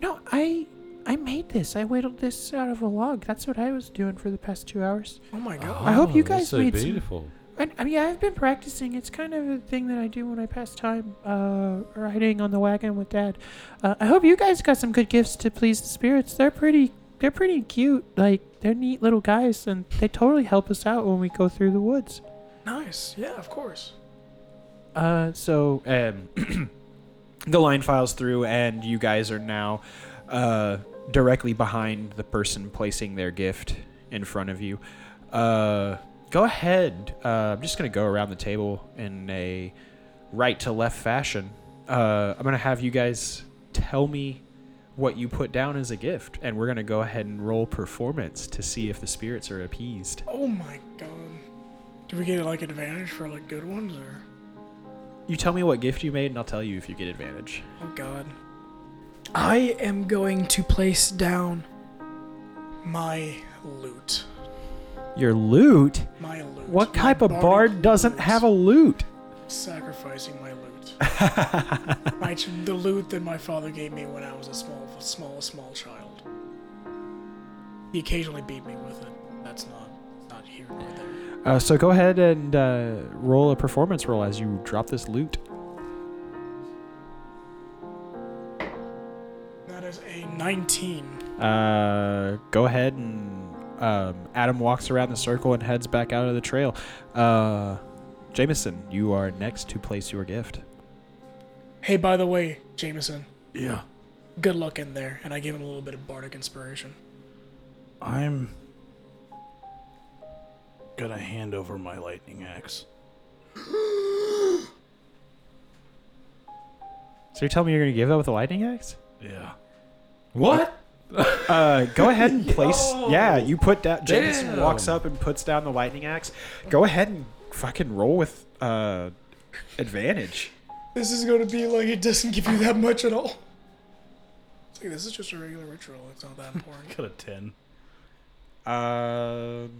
[SPEAKER 2] No, I, I made this. I whittled this out of a log. That's what I was doing for the past two hours.
[SPEAKER 5] Oh my god.
[SPEAKER 2] I hope you
[SPEAKER 1] that's
[SPEAKER 2] guys
[SPEAKER 1] so
[SPEAKER 2] made some-
[SPEAKER 1] beautiful.
[SPEAKER 2] And I mean, I've been practicing. It's kind of a thing that I do when I pass time uh, riding on the wagon with Dad. Uh, I hope you guys got some good gifts to please the spirits. They're pretty. They're pretty cute. Like they're neat little guys, and they totally help us out when we go through the woods.
[SPEAKER 5] Nice. Yeah, of course.
[SPEAKER 2] Uh,
[SPEAKER 6] So um, the line files through, and you guys are now uh, directly behind the person placing their gift in front of you. Uh, go ahead. Uh, I'm just going to go around the table in a right to left fashion. Uh, I'm going to have you guys tell me what you put down as a gift, and we're going to go ahead and roll performance to see if the spirits are appeased.
[SPEAKER 5] Oh my god. Do we get like advantage for like good ones or?
[SPEAKER 6] You tell me what gift you made, and I'll tell you if you get advantage.
[SPEAKER 5] Oh god. I am going to place down my loot.
[SPEAKER 6] Your loot.
[SPEAKER 5] My loot.
[SPEAKER 6] What
[SPEAKER 5] My
[SPEAKER 6] type of bard
[SPEAKER 5] bardic
[SPEAKER 6] doesn't
[SPEAKER 5] loot.
[SPEAKER 6] have a loot?
[SPEAKER 5] sacrificing my loot? my ch- the loot that my father gave me when I was a small, small, small child. He occasionally beat me with it. That's not not here nor there.
[SPEAKER 6] Uh, so go ahead and uh, roll a performance roll as you drop this loot.
[SPEAKER 5] That is a 19.
[SPEAKER 6] Uh, go ahead and um, Adam walks around the circle and heads back out of the trail. Uh, Jameson, you are next to place your gift.
[SPEAKER 5] Hey, by the way, Jameson,
[SPEAKER 4] Yeah.
[SPEAKER 5] good luck in there. And I gave him a little bit of bardic inspiration.
[SPEAKER 4] I'm gonna hand over my lightning axe.
[SPEAKER 6] So you're telling me you're gonna give that with a lightning axe?
[SPEAKER 4] Yeah.
[SPEAKER 1] What?
[SPEAKER 6] Uh, go ahead and place. Yeah, you put down. Jameson
[SPEAKER 1] Damn.
[SPEAKER 6] walks up and puts down the lightning axe. Go ahead and fucking roll with uh, advantage.
[SPEAKER 5] This is gonna be like it doesn't give you that much at all. It's like, this is just a regular ritual. It's not that important.
[SPEAKER 4] Got a ten.
[SPEAKER 6] Um,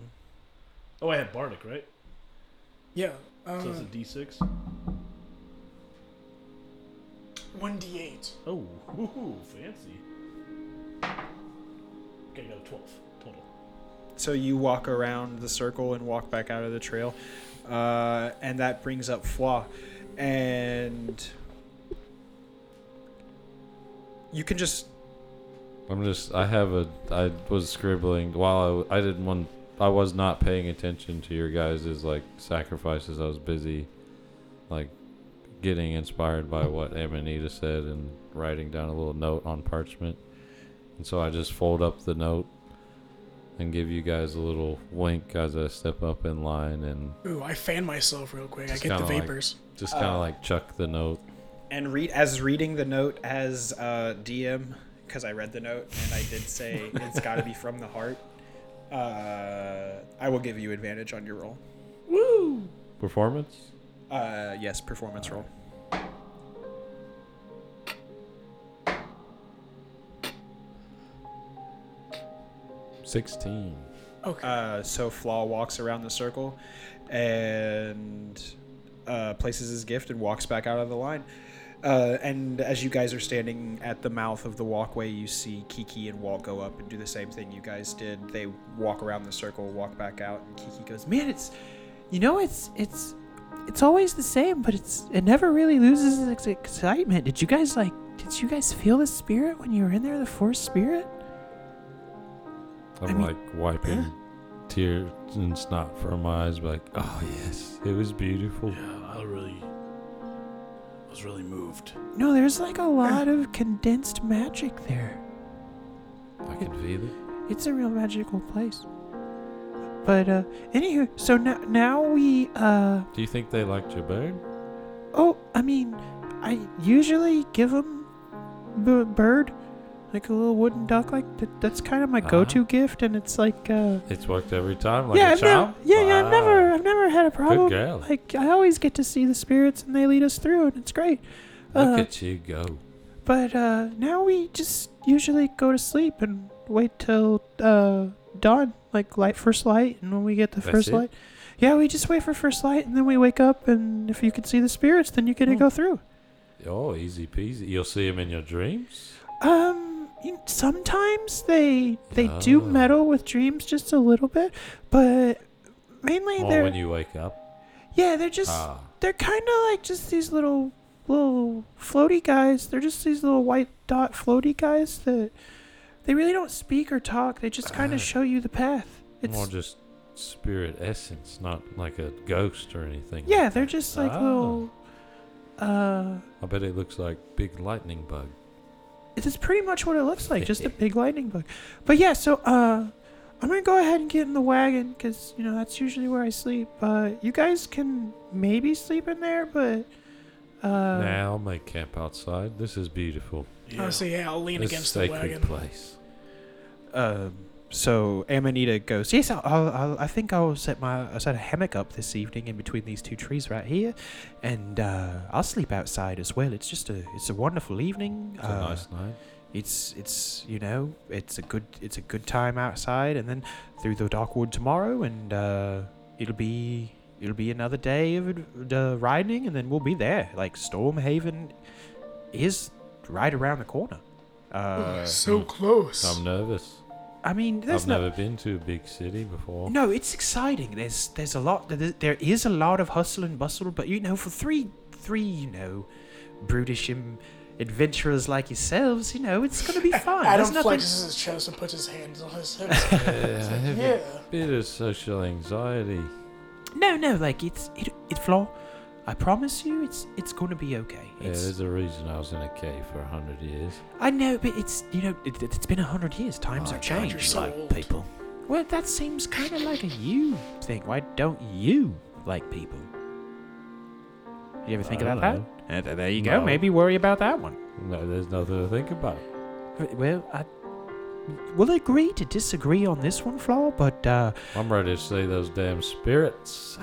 [SPEAKER 4] Oh, I had bardic, right?
[SPEAKER 5] yeah. Uh,
[SPEAKER 4] So it's a D six.
[SPEAKER 5] 1d8.
[SPEAKER 4] Oh, woohoo, fancy. Okay, I got a twelve total.
[SPEAKER 6] so you walk around the circle and walk back out of the trail, uh, and that brings up Flaw, and you can just
[SPEAKER 1] I'm just. I have a. I was scribbling while I. I didn't want. I was not paying attention to your guys' like sacrifices. I was busy, like, getting inspired by what Amanita said and writing down a little note on parchment. And so I just fold up the note and give you guys a little wink as I step up in line and
[SPEAKER 5] Ooh, I fan myself real quick.
[SPEAKER 1] Just
[SPEAKER 5] I get the
[SPEAKER 1] kinda like-
[SPEAKER 5] vapors.
[SPEAKER 1] just kind of like chuck the note.
[SPEAKER 6] and read as reading the note as uh, DM because I read the note and I did say it's got to be from the heart. Uh, I will give you advantage on your roll.
[SPEAKER 1] Performance?
[SPEAKER 6] Uh, yes, performance roll.
[SPEAKER 1] Sixteen.
[SPEAKER 5] okay.
[SPEAKER 6] Uh, so Flaw walks around the circle and uh, places his gift and walks back out of the line. Uh, and as you guys are standing at the mouth of the walkway, you see Kiki and Walt go up and do the same thing you guys did. They walk around the circle, walk back out, and Kiki goes, "Man, it's
[SPEAKER 2] You know, it's it's it's always the same, but it's it never really loses its excitement. Did you guys like? Did you guys feel the spirit when you were in there? The force spirit?
[SPEAKER 1] I'm
[SPEAKER 2] I mean-
[SPEAKER 1] like wiping tears and snot from my eyes, like, oh yes, it was beautiful.
[SPEAKER 4] Yeah, I really I was really moved.
[SPEAKER 2] No, there's like a lot of condensed magic there.
[SPEAKER 1] I could feel it.
[SPEAKER 2] It's a real magical place. But uh, anywho, so now now we uh.
[SPEAKER 1] Do you think they liked your bird?
[SPEAKER 2] Oh, I mean, I usually give them b- bird, like a little wooden duck. Like th- that's kind of my
[SPEAKER 1] Uh-huh.
[SPEAKER 2] go-to gift, and it's like, uh,
[SPEAKER 1] It's worked every time, like
[SPEAKER 2] yeah,
[SPEAKER 1] a
[SPEAKER 2] I've never,
[SPEAKER 1] child.
[SPEAKER 2] yeah, yeah, I've never, uh,
[SPEAKER 1] Wow.
[SPEAKER 2] I've never had a problem.
[SPEAKER 1] Good girl.
[SPEAKER 2] Like I always get to see the spirits, and they lead us through, and it's great.
[SPEAKER 1] Look
[SPEAKER 2] Uh,
[SPEAKER 1] at you go.
[SPEAKER 2] but uh, now we just usually go to sleep and wait till uh, dawn, like light first light, and when we get the
[SPEAKER 1] That's
[SPEAKER 2] first
[SPEAKER 1] it?
[SPEAKER 2] light, yeah, we just wait for first light, and then we wake up, and if you can see the spirits, then you get to
[SPEAKER 1] Hmm.
[SPEAKER 2] go through.
[SPEAKER 1] Oh, easy peasy. You'll see him in your dreams.
[SPEAKER 2] Um, you- sometimes they they do
[SPEAKER 1] Oh.
[SPEAKER 2] meddle with dreams just a little bit, but mainly
[SPEAKER 1] Or
[SPEAKER 2] they're
[SPEAKER 1] when you wake up.
[SPEAKER 2] yeah they're just
[SPEAKER 1] Ah,
[SPEAKER 2] they're kind of like just these little little floaty guys. They're just these little white dot floaty guys that they really don't speak or talk. They just kind
[SPEAKER 1] Ah.
[SPEAKER 2] of show you the path. It's
[SPEAKER 1] more just spirit essence, not like a ghost or anything.
[SPEAKER 2] yeah, they're just like
[SPEAKER 1] Ah.
[SPEAKER 2] little. Uh,
[SPEAKER 1] I bet it looks like big lightning bug.
[SPEAKER 2] This is pretty much what it looks like, just a big lightning bug. But yeah, so uh, I'm gonna go ahead and get in the wagon because you know that's usually where I sleep. Uh, you guys can maybe sleep in there, but uh,
[SPEAKER 1] now I'll make camp outside. This is beautiful.
[SPEAKER 4] Yeah.
[SPEAKER 5] Oh, so yeah, I'll lean
[SPEAKER 1] This
[SPEAKER 5] against the
[SPEAKER 1] sacred
[SPEAKER 5] wagon.
[SPEAKER 1] place.
[SPEAKER 6] Um, so Amanita goes.
[SPEAKER 2] yes, I'll, I'll, I'll, I think I'll set my I'll set a hammock up this evening in between these two trees right here, and uh, I'll sleep outside as well. It's just a it's a wonderful evening.
[SPEAKER 1] It's a
[SPEAKER 2] uh,
[SPEAKER 1] nice night.
[SPEAKER 2] it's it's you know it's a good it's a good time outside and then through the dark wood tomorrow and uh it'll be it'll be another day of ad- uh, riding and then we'll be there like storm haven is right around the corner uh
[SPEAKER 5] so
[SPEAKER 1] hmm.
[SPEAKER 5] close.
[SPEAKER 1] I'm nervous.
[SPEAKER 2] i mean there's
[SPEAKER 1] I've
[SPEAKER 2] no
[SPEAKER 1] never been to a big city before.
[SPEAKER 2] no it's exciting there's there's a lot there there is a lot of hustle and bustle but you know for three three you know brutish im- adventurers like yourselves you know it's gonna be fun
[SPEAKER 5] Adam
[SPEAKER 2] There's nothing-
[SPEAKER 5] flexes his chest and puts his hands on his hips.
[SPEAKER 1] Yeah, I have
[SPEAKER 5] yeah.
[SPEAKER 1] a bit of social anxiety.
[SPEAKER 2] No, no, like it's it it flaw. I promise you, it's it's gonna be okay.
[SPEAKER 1] Yeah,
[SPEAKER 2] It's,
[SPEAKER 1] there's a reason I was in a cave for a hundred years.
[SPEAKER 2] I know, but it's you know it, it's been a hundred years. Times
[SPEAKER 1] Oh,
[SPEAKER 2] have
[SPEAKER 1] God,
[SPEAKER 2] changed.
[SPEAKER 5] you're so
[SPEAKER 2] like
[SPEAKER 5] old.
[SPEAKER 2] people. Well, that seems kind of like a you thing. Why don't you like people? You ever think
[SPEAKER 1] I
[SPEAKER 2] about
[SPEAKER 1] don't
[SPEAKER 2] that? Uh, th- there you
[SPEAKER 1] No.
[SPEAKER 2] go. Maybe worry about that one.
[SPEAKER 1] No, there's nothing to think about.
[SPEAKER 2] W- Well, I will agree to disagree on this one, Flaw, but uh,
[SPEAKER 1] I'm ready to see those damn spirits.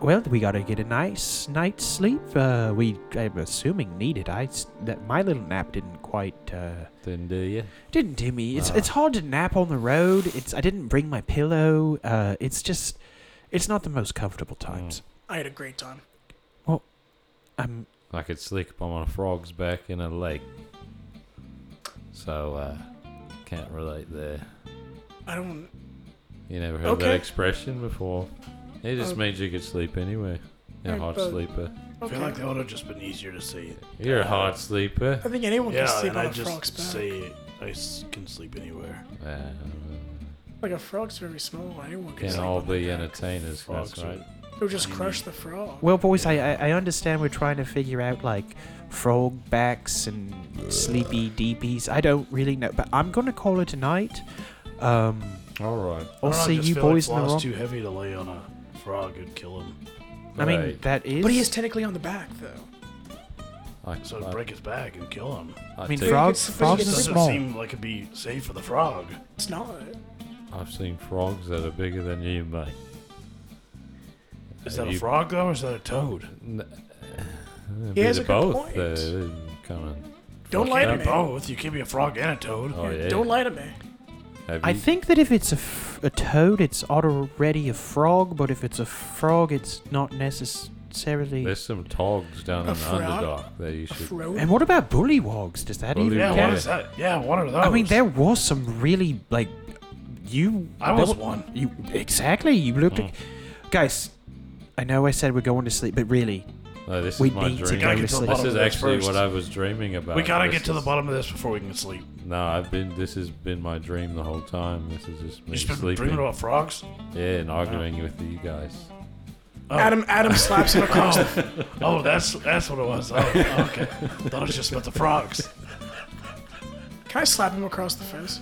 [SPEAKER 2] Well, we gotta get a nice night's sleep. Uh, we, I'm assuming, needed. I s- that my little nap didn't quite uh,
[SPEAKER 1] Then do you?
[SPEAKER 2] didn't do me. It's
[SPEAKER 1] Ah.
[SPEAKER 2] it's hard to nap on the road. It's I didn't bring my pillow. Uh, it's just, it's not the most comfortable
[SPEAKER 1] Mm.
[SPEAKER 2] times.
[SPEAKER 5] I had a great time.
[SPEAKER 2] Um,
[SPEAKER 1] I could sleep on a frog's back in a lake. So, uh, can't relate there.
[SPEAKER 5] I don't.
[SPEAKER 1] You never heard that
[SPEAKER 5] Okay.
[SPEAKER 1] expression before. It just
[SPEAKER 5] Oh.
[SPEAKER 1] means you could sleep anywhere. You're a
[SPEAKER 5] Right,
[SPEAKER 1] hard
[SPEAKER 5] but-
[SPEAKER 1] sleeper.
[SPEAKER 4] I
[SPEAKER 5] Okay.
[SPEAKER 4] feel like that would have just been easier to say it.
[SPEAKER 1] You're a hard sleeper.
[SPEAKER 5] I think anyone can
[SPEAKER 4] yeah,
[SPEAKER 5] sleep
[SPEAKER 4] and
[SPEAKER 5] on
[SPEAKER 4] I
[SPEAKER 5] a frog's
[SPEAKER 4] just
[SPEAKER 5] back.
[SPEAKER 4] say it. I s- can sleep anywhere.
[SPEAKER 1] Um,
[SPEAKER 5] Like a frog's very small. Anyone can
[SPEAKER 1] can
[SPEAKER 5] sleep
[SPEAKER 1] all
[SPEAKER 5] on their
[SPEAKER 1] be
[SPEAKER 5] back.
[SPEAKER 1] entertainers. That's
[SPEAKER 4] Frogs are-
[SPEAKER 1] right.
[SPEAKER 5] It'll just crush the frog.
[SPEAKER 2] well, boys, I, I I understand we're trying to figure out like frog backs and sleepy deepies. I don't really know, but I'm gonna call it a night. Um,
[SPEAKER 1] All
[SPEAKER 2] I'll
[SPEAKER 1] right.
[SPEAKER 4] I don't know, I
[SPEAKER 2] see
[SPEAKER 4] just
[SPEAKER 2] you
[SPEAKER 4] feel like
[SPEAKER 2] boys in the
[SPEAKER 4] Flo's
[SPEAKER 2] wrong.
[SPEAKER 4] too heavy to lay on a frog. It'd kill him.
[SPEAKER 2] I mean,
[SPEAKER 1] Right.
[SPEAKER 2] that is.
[SPEAKER 5] But he is technically on the back, though.
[SPEAKER 1] I,
[SPEAKER 4] So it'd
[SPEAKER 1] I-
[SPEAKER 4] break his back and kill him.
[SPEAKER 1] I
[SPEAKER 2] I mean,
[SPEAKER 1] take-
[SPEAKER 2] frogs,
[SPEAKER 5] But you
[SPEAKER 2] frogs
[SPEAKER 4] It
[SPEAKER 5] can
[SPEAKER 2] are
[SPEAKER 4] doesn't
[SPEAKER 5] sleep-
[SPEAKER 2] small.
[SPEAKER 4] seem like it'd be safe for the frog.
[SPEAKER 5] It's not.
[SPEAKER 1] I've seen frogs that are bigger than you, mate.
[SPEAKER 4] Is
[SPEAKER 1] Uh,
[SPEAKER 4] that
[SPEAKER 1] you-
[SPEAKER 4] a frog though, or is that a toad?
[SPEAKER 1] N-
[SPEAKER 5] He has
[SPEAKER 1] bit
[SPEAKER 5] a good
[SPEAKER 1] of both.
[SPEAKER 5] point.
[SPEAKER 1] kind of.
[SPEAKER 5] Don't
[SPEAKER 1] Fuck
[SPEAKER 5] lie to
[SPEAKER 1] yeah.
[SPEAKER 5] me.
[SPEAKER 4] Both. You can't be a frog and a toad.
[SPEAKER 1] Oh yeah.
[SPEAKER 5] Don't lie to me.
[SPEAKER 1] Have
[SPEAKER 2] I
[SPEAKER 1] you-
[SPEAKER 2] think that if it's a, f- a toad, it's already a frog, but if it's a frog, it's not necessarily.
[SPEAKER 1] There's some togs down
[SPEAKER 5] A
[SPEAKER 1] in the
[SPEAKER 5] frog?
[SPEAKER 1] underdark that you
[SPEAKER 5] A
[SPEAKER 1] should.
[SPEAKER 5] frog.
[SPEAKER 2] And what about bullywogs? Does that even
[SPEAKER 4] Yeah,
[SPEAKER 1] Bullywogs.
[SPEAKER 2] count?
[SPEAKER 4] what is that? Yeah, what are those?
[SPEAKER 2] I mean, there was some really like you.
[SPEAKER 4] I
[SPEAKER 2] there
[SPEAKER 4] was
[SPEAKER 2] wa-
[SPEAKER 4] one. Mm.
[SPEAKER 2] You exactly. You looked at guys. I know I said we're going to sleep, but really,
[SPEAKER 1] Uh, this
[SPEAKER 2] We
[SPEAKER 1] is my
[SPEAKER 2] need to
[SPEAKER 1] dream.
[SPEAKER 2] go to
[SPEAKER 1] this
[SPEAKER 2] sleep.
[SPEAKER 1] is
[SPEAKER 4] Bottom
[SPEAKER 1] actually
[SPEAKER 4] first.
[SPEAKER 1] what I was dreaming about.
[SPEAKER 4] we gotta
[SPEAKER 1] This
[SPEAKER 4] get to the
[SPEAKER 1] is-
[SPEAKER 4] bottom of this before we can sleep.
[SPEAKER 1] No, I've been. This has been my dream the whole time. This is just me
[SPEAKER 4] You just been
[SPEAKER 1] sleeping.
[SPEAKER 4] dreaming about frogs?
[SPEAKER 1] yeah, and arguing with you guys.
[SPEAKER 4] Oh.
[SPEAKER 5] Adam Adam slaps him across the
[SPEAKER 4] Oh, that's that's what it was. Oh, okay. Thought it was just about the frogs.
[SPEAKER 5] Can I slap him across the face?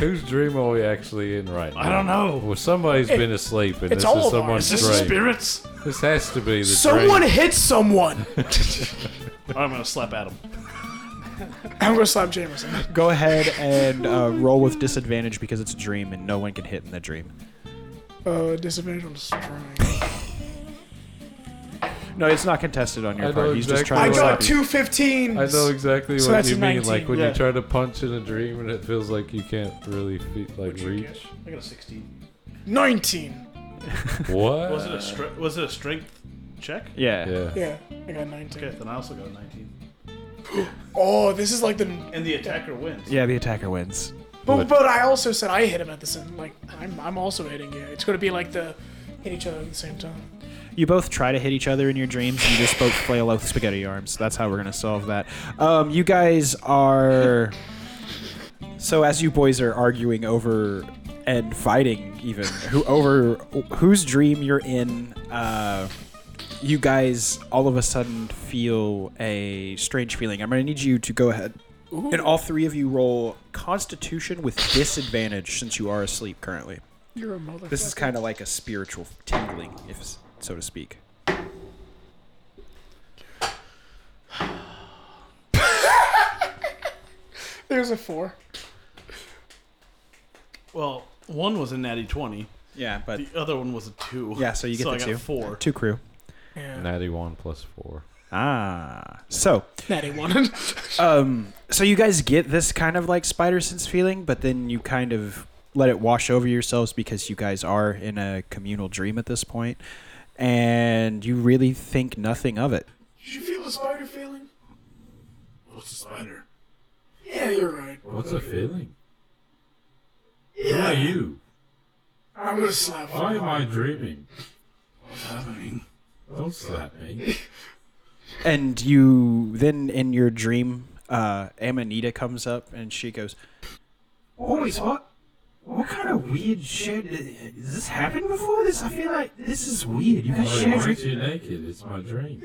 [SPEAKER 1] Whose dream are we actually in right now?
[SPEAKER 4] I don't know.
[SPEAKER 1] Well, somebody's
[SPEAKER 5] It-
[SPEAKER 1] been asleep, and
[SPEAKER 5] it's
[SPEAKER 1] this
[SPEAKER 5] all
[SPEAKER 1] is
[SPEAKER 5] of
[SPEAKER 1] someone's
[SPEAKER 5] ours.
[SPEAKER 4] Is this the
[SPEAKER 1] dream.
[SPEAKER 4] spirits?
[SPEAKER 1] This has to be the
[SPEAKER 5] Someone
[SPEAKER 1] dream.
[SPEAKER 5] hit someone.
[SPEAKER 4] I'm gonna slap Adam.
[SPEAKER 5] I'm gonna slap Jameson.
[SPEAKER 6] Go ahead and uh, roll with disadvantage because it's a dream and no one can hit in the dream.
[SPEAKER 5] Uh, disadvantage on destroying.
[SPEAKER 6] No, it's not contested on your
[SPEAKER 1] I know
[SPEAKER 6] part. He's just
[SPEAKER 1] exactly
[SPEAKER 5] I
[SPEAKER 6] trying to
[SPEAKER 1] what
[SPEAKER 5] got
[SPEAKER 6] slap you.
[SPEAKER 5] two 15s.
[SPEAKER 1] I know exactly
[SPEAKER 5] So
[SPEAKER 1] what
[SPEAKER 5] that's
[SPEAKER 1] you
[SPEAKER 5] a
[SPEAKER 1] mean.
[SPEAKER 5] 19,
[SPEAKER 1] Like when
[SPEAKER 5] yeah.
[SPEAKER 1] you try to punch in a dream, and it feels like you can't really fe- like
[SPEAKER 4] What'd you
[SPEAKER 1] reach.
[SPEAKER 4] get? I got a 16.
[SPEAKER 5] 19.
[SPEAKER 1] What?
[SPEAKER 4] Was it a str- was it a strength check?
[SPEAKER 6] Yeah.
[SPEAKER 1] Yeah.
[SPEAKER 5] Yeah, I got 19.
[SPEAKER 4] Okay, then I also got a 19.
[SPEAKER 5] Oh, this is like the.
[SPEAKER 4] And the attacker wins.
[SPEAKER 6] Yeah, the attacker wins.
[SPEAKER 5] But,
[SPEAKER 1] What?
[SPEAKER 5] but I also said I hit him at the same. Like I'm, I'm also hitting you. It's gonna be like the hit each other at the same time.
[SPEAKER 6] You both try to hit each other in your dreams, and you just both flail out spaghetti arms. That's how we're gonna solve that. Um, you guys are. So as you boys are arguing over and fighting, even who over whose dream you're in, uh, you guys all of a sudden feel a strange feeling. I'm gonna need you to go ahead. And all three of you roll Constitution with disadvantage since you are asleep currently.
[SPEAKER 5] You're a motherfucker.
[SPEAKER 6] This is kind of like a spiritual tingling, if s- so to speak.
[SPEAKER 5] There's a four.
[SPEAKER 4] Well, one was a natty 20.
[SPEAKER 6] Yeah, but
[SPEAKER 4] The other one was a 2.
[SPEAKER 6] yeah, so you get
[SPEAKER 4] so
[SPEAKER 6] the
[SPEAKER 4] I got
[SPEAKER 6] two.
[SPEAKER 4] four.
[SPEAKER 6] Two crew.
[SPEAKER 5] Yeah.
[SPEAKER 1] Natty one plus four.
[SPEAKER 6] Ah. So,
[SPEAKER 5] Natty one.
[SPEAKER 6] um, so you guys get this kind of like spider sense feeling, but then you kind of let it wash over yourselves because you guys are in a communal dream at this point, and you really think nothing of it.
[SPEAKER 5] Did you feel the spider feeling?
[SPEAKER 4] What's the spider?
[SPEAKER 5] Yeah, you're right.
[SPEAKER 7] What's a feeling? Who are you?
[SPEAKER 5] I'm gonna slap him.
[SPEAKER 7] Why am I dreaming?
[SPEAKER 4] What's happening?
[SPEAKER 7] Don't slap me.
[SPEAKER 6] And you then in your dream, uh, Amanita comes up and she goes,
[SPEAKER 7] Holy what? What kind of weird shit? Has this happened before? This I feel like this is weird. You guys share dreams. you naked. It's my dream.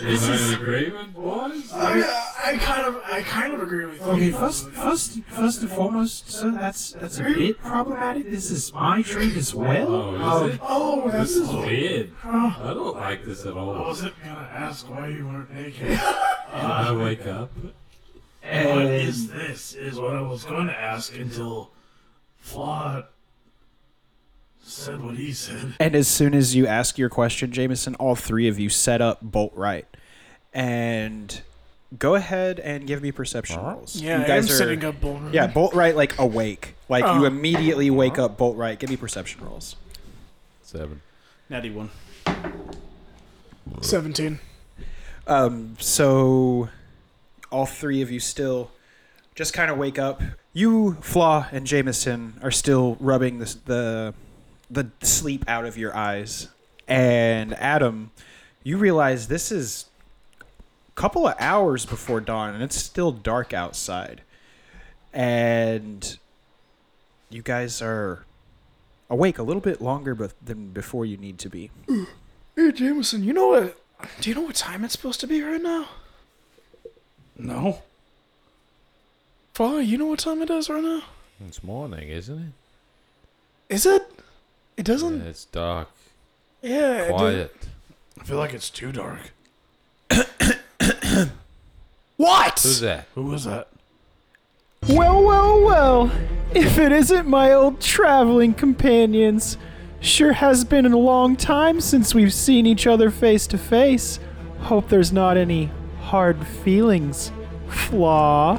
[SPEAKER 7] Is that an agreement, boys?
[SPEAKER 5] I kind of, I kind of agree with you.
[SPEAKER 7] Okay, first, first, first and foremost, so that's that's a bit problematic. This is my dream as well. Oh, is it? Oh, this is weird. Oh, I don't like this at all.
[SPEAKER 4] I wasn't gonna ask why you weren't naked.
[SPEAKER 7] I wake up.
[SPEAKER 4] what is this? Is what I was going to ask until Flawed said what he said.
[SPEAKER 6] And as soon as you ask your question, Jameson, all three of you set up bolt right. And go ahead and give me perception rolls.
[SPEAKER 5] Yeah,
[SPEAKER 6] you guys
[SPEAKER 5] I'm
[SPEAKER 6] are
[SPEAKER 5] sitting up bullring.
[SPEAKER 6] Yeah, bolt right like awake. Like
[SPEAKER 5] Oh.
[SPEAKER 6] you immediately wake up bolt right. Give me perception rolls.
[SPEAKER 1] Seven.
[SPEAKER 4] Natty one.
[SPEAKER 5] 17.
[SPEAKER 6] Um so all three of you still just kind of wake up. You, Flaw, and Jameson are still rubbing the the the sleep out of your eyes. And Adam, you realize this is a couple of hours before dawn, and it's still dark outside. And you guys are awake a little bit longer but than before you need to be.
[SPEAKER 5] Hey, Jameson, you know what? Do you know what time it's supposed to be right now?
[SPEAKER 4] No.
[SPEAKER 5] Father, you know what time it is right now?
[SPEAKER 1] It's morning, isn't it?
[SPEAKER 5] Is it? It
[SPEAKER 1] Yeah,
[SPEAKER 5] doesn't.
[SPEAKER 1] it's dark.
[SPEAKER 5] Yeah. it doesn't-
[SPEAKER 1] Quiet.
[SPEAKER 4] I feel like it's too dark.
[SPEAKER 1] Who's
[SPEAKER 5] What?
[SPEAKER 1] that?
[SPEAKER 4] Who was that?
[SPEAKER 2] Well, well, well. If it isn't my old traveling companions. Sure has been a long time since we've seen each other face to face. Hope there's not any hard feelings. Flaw.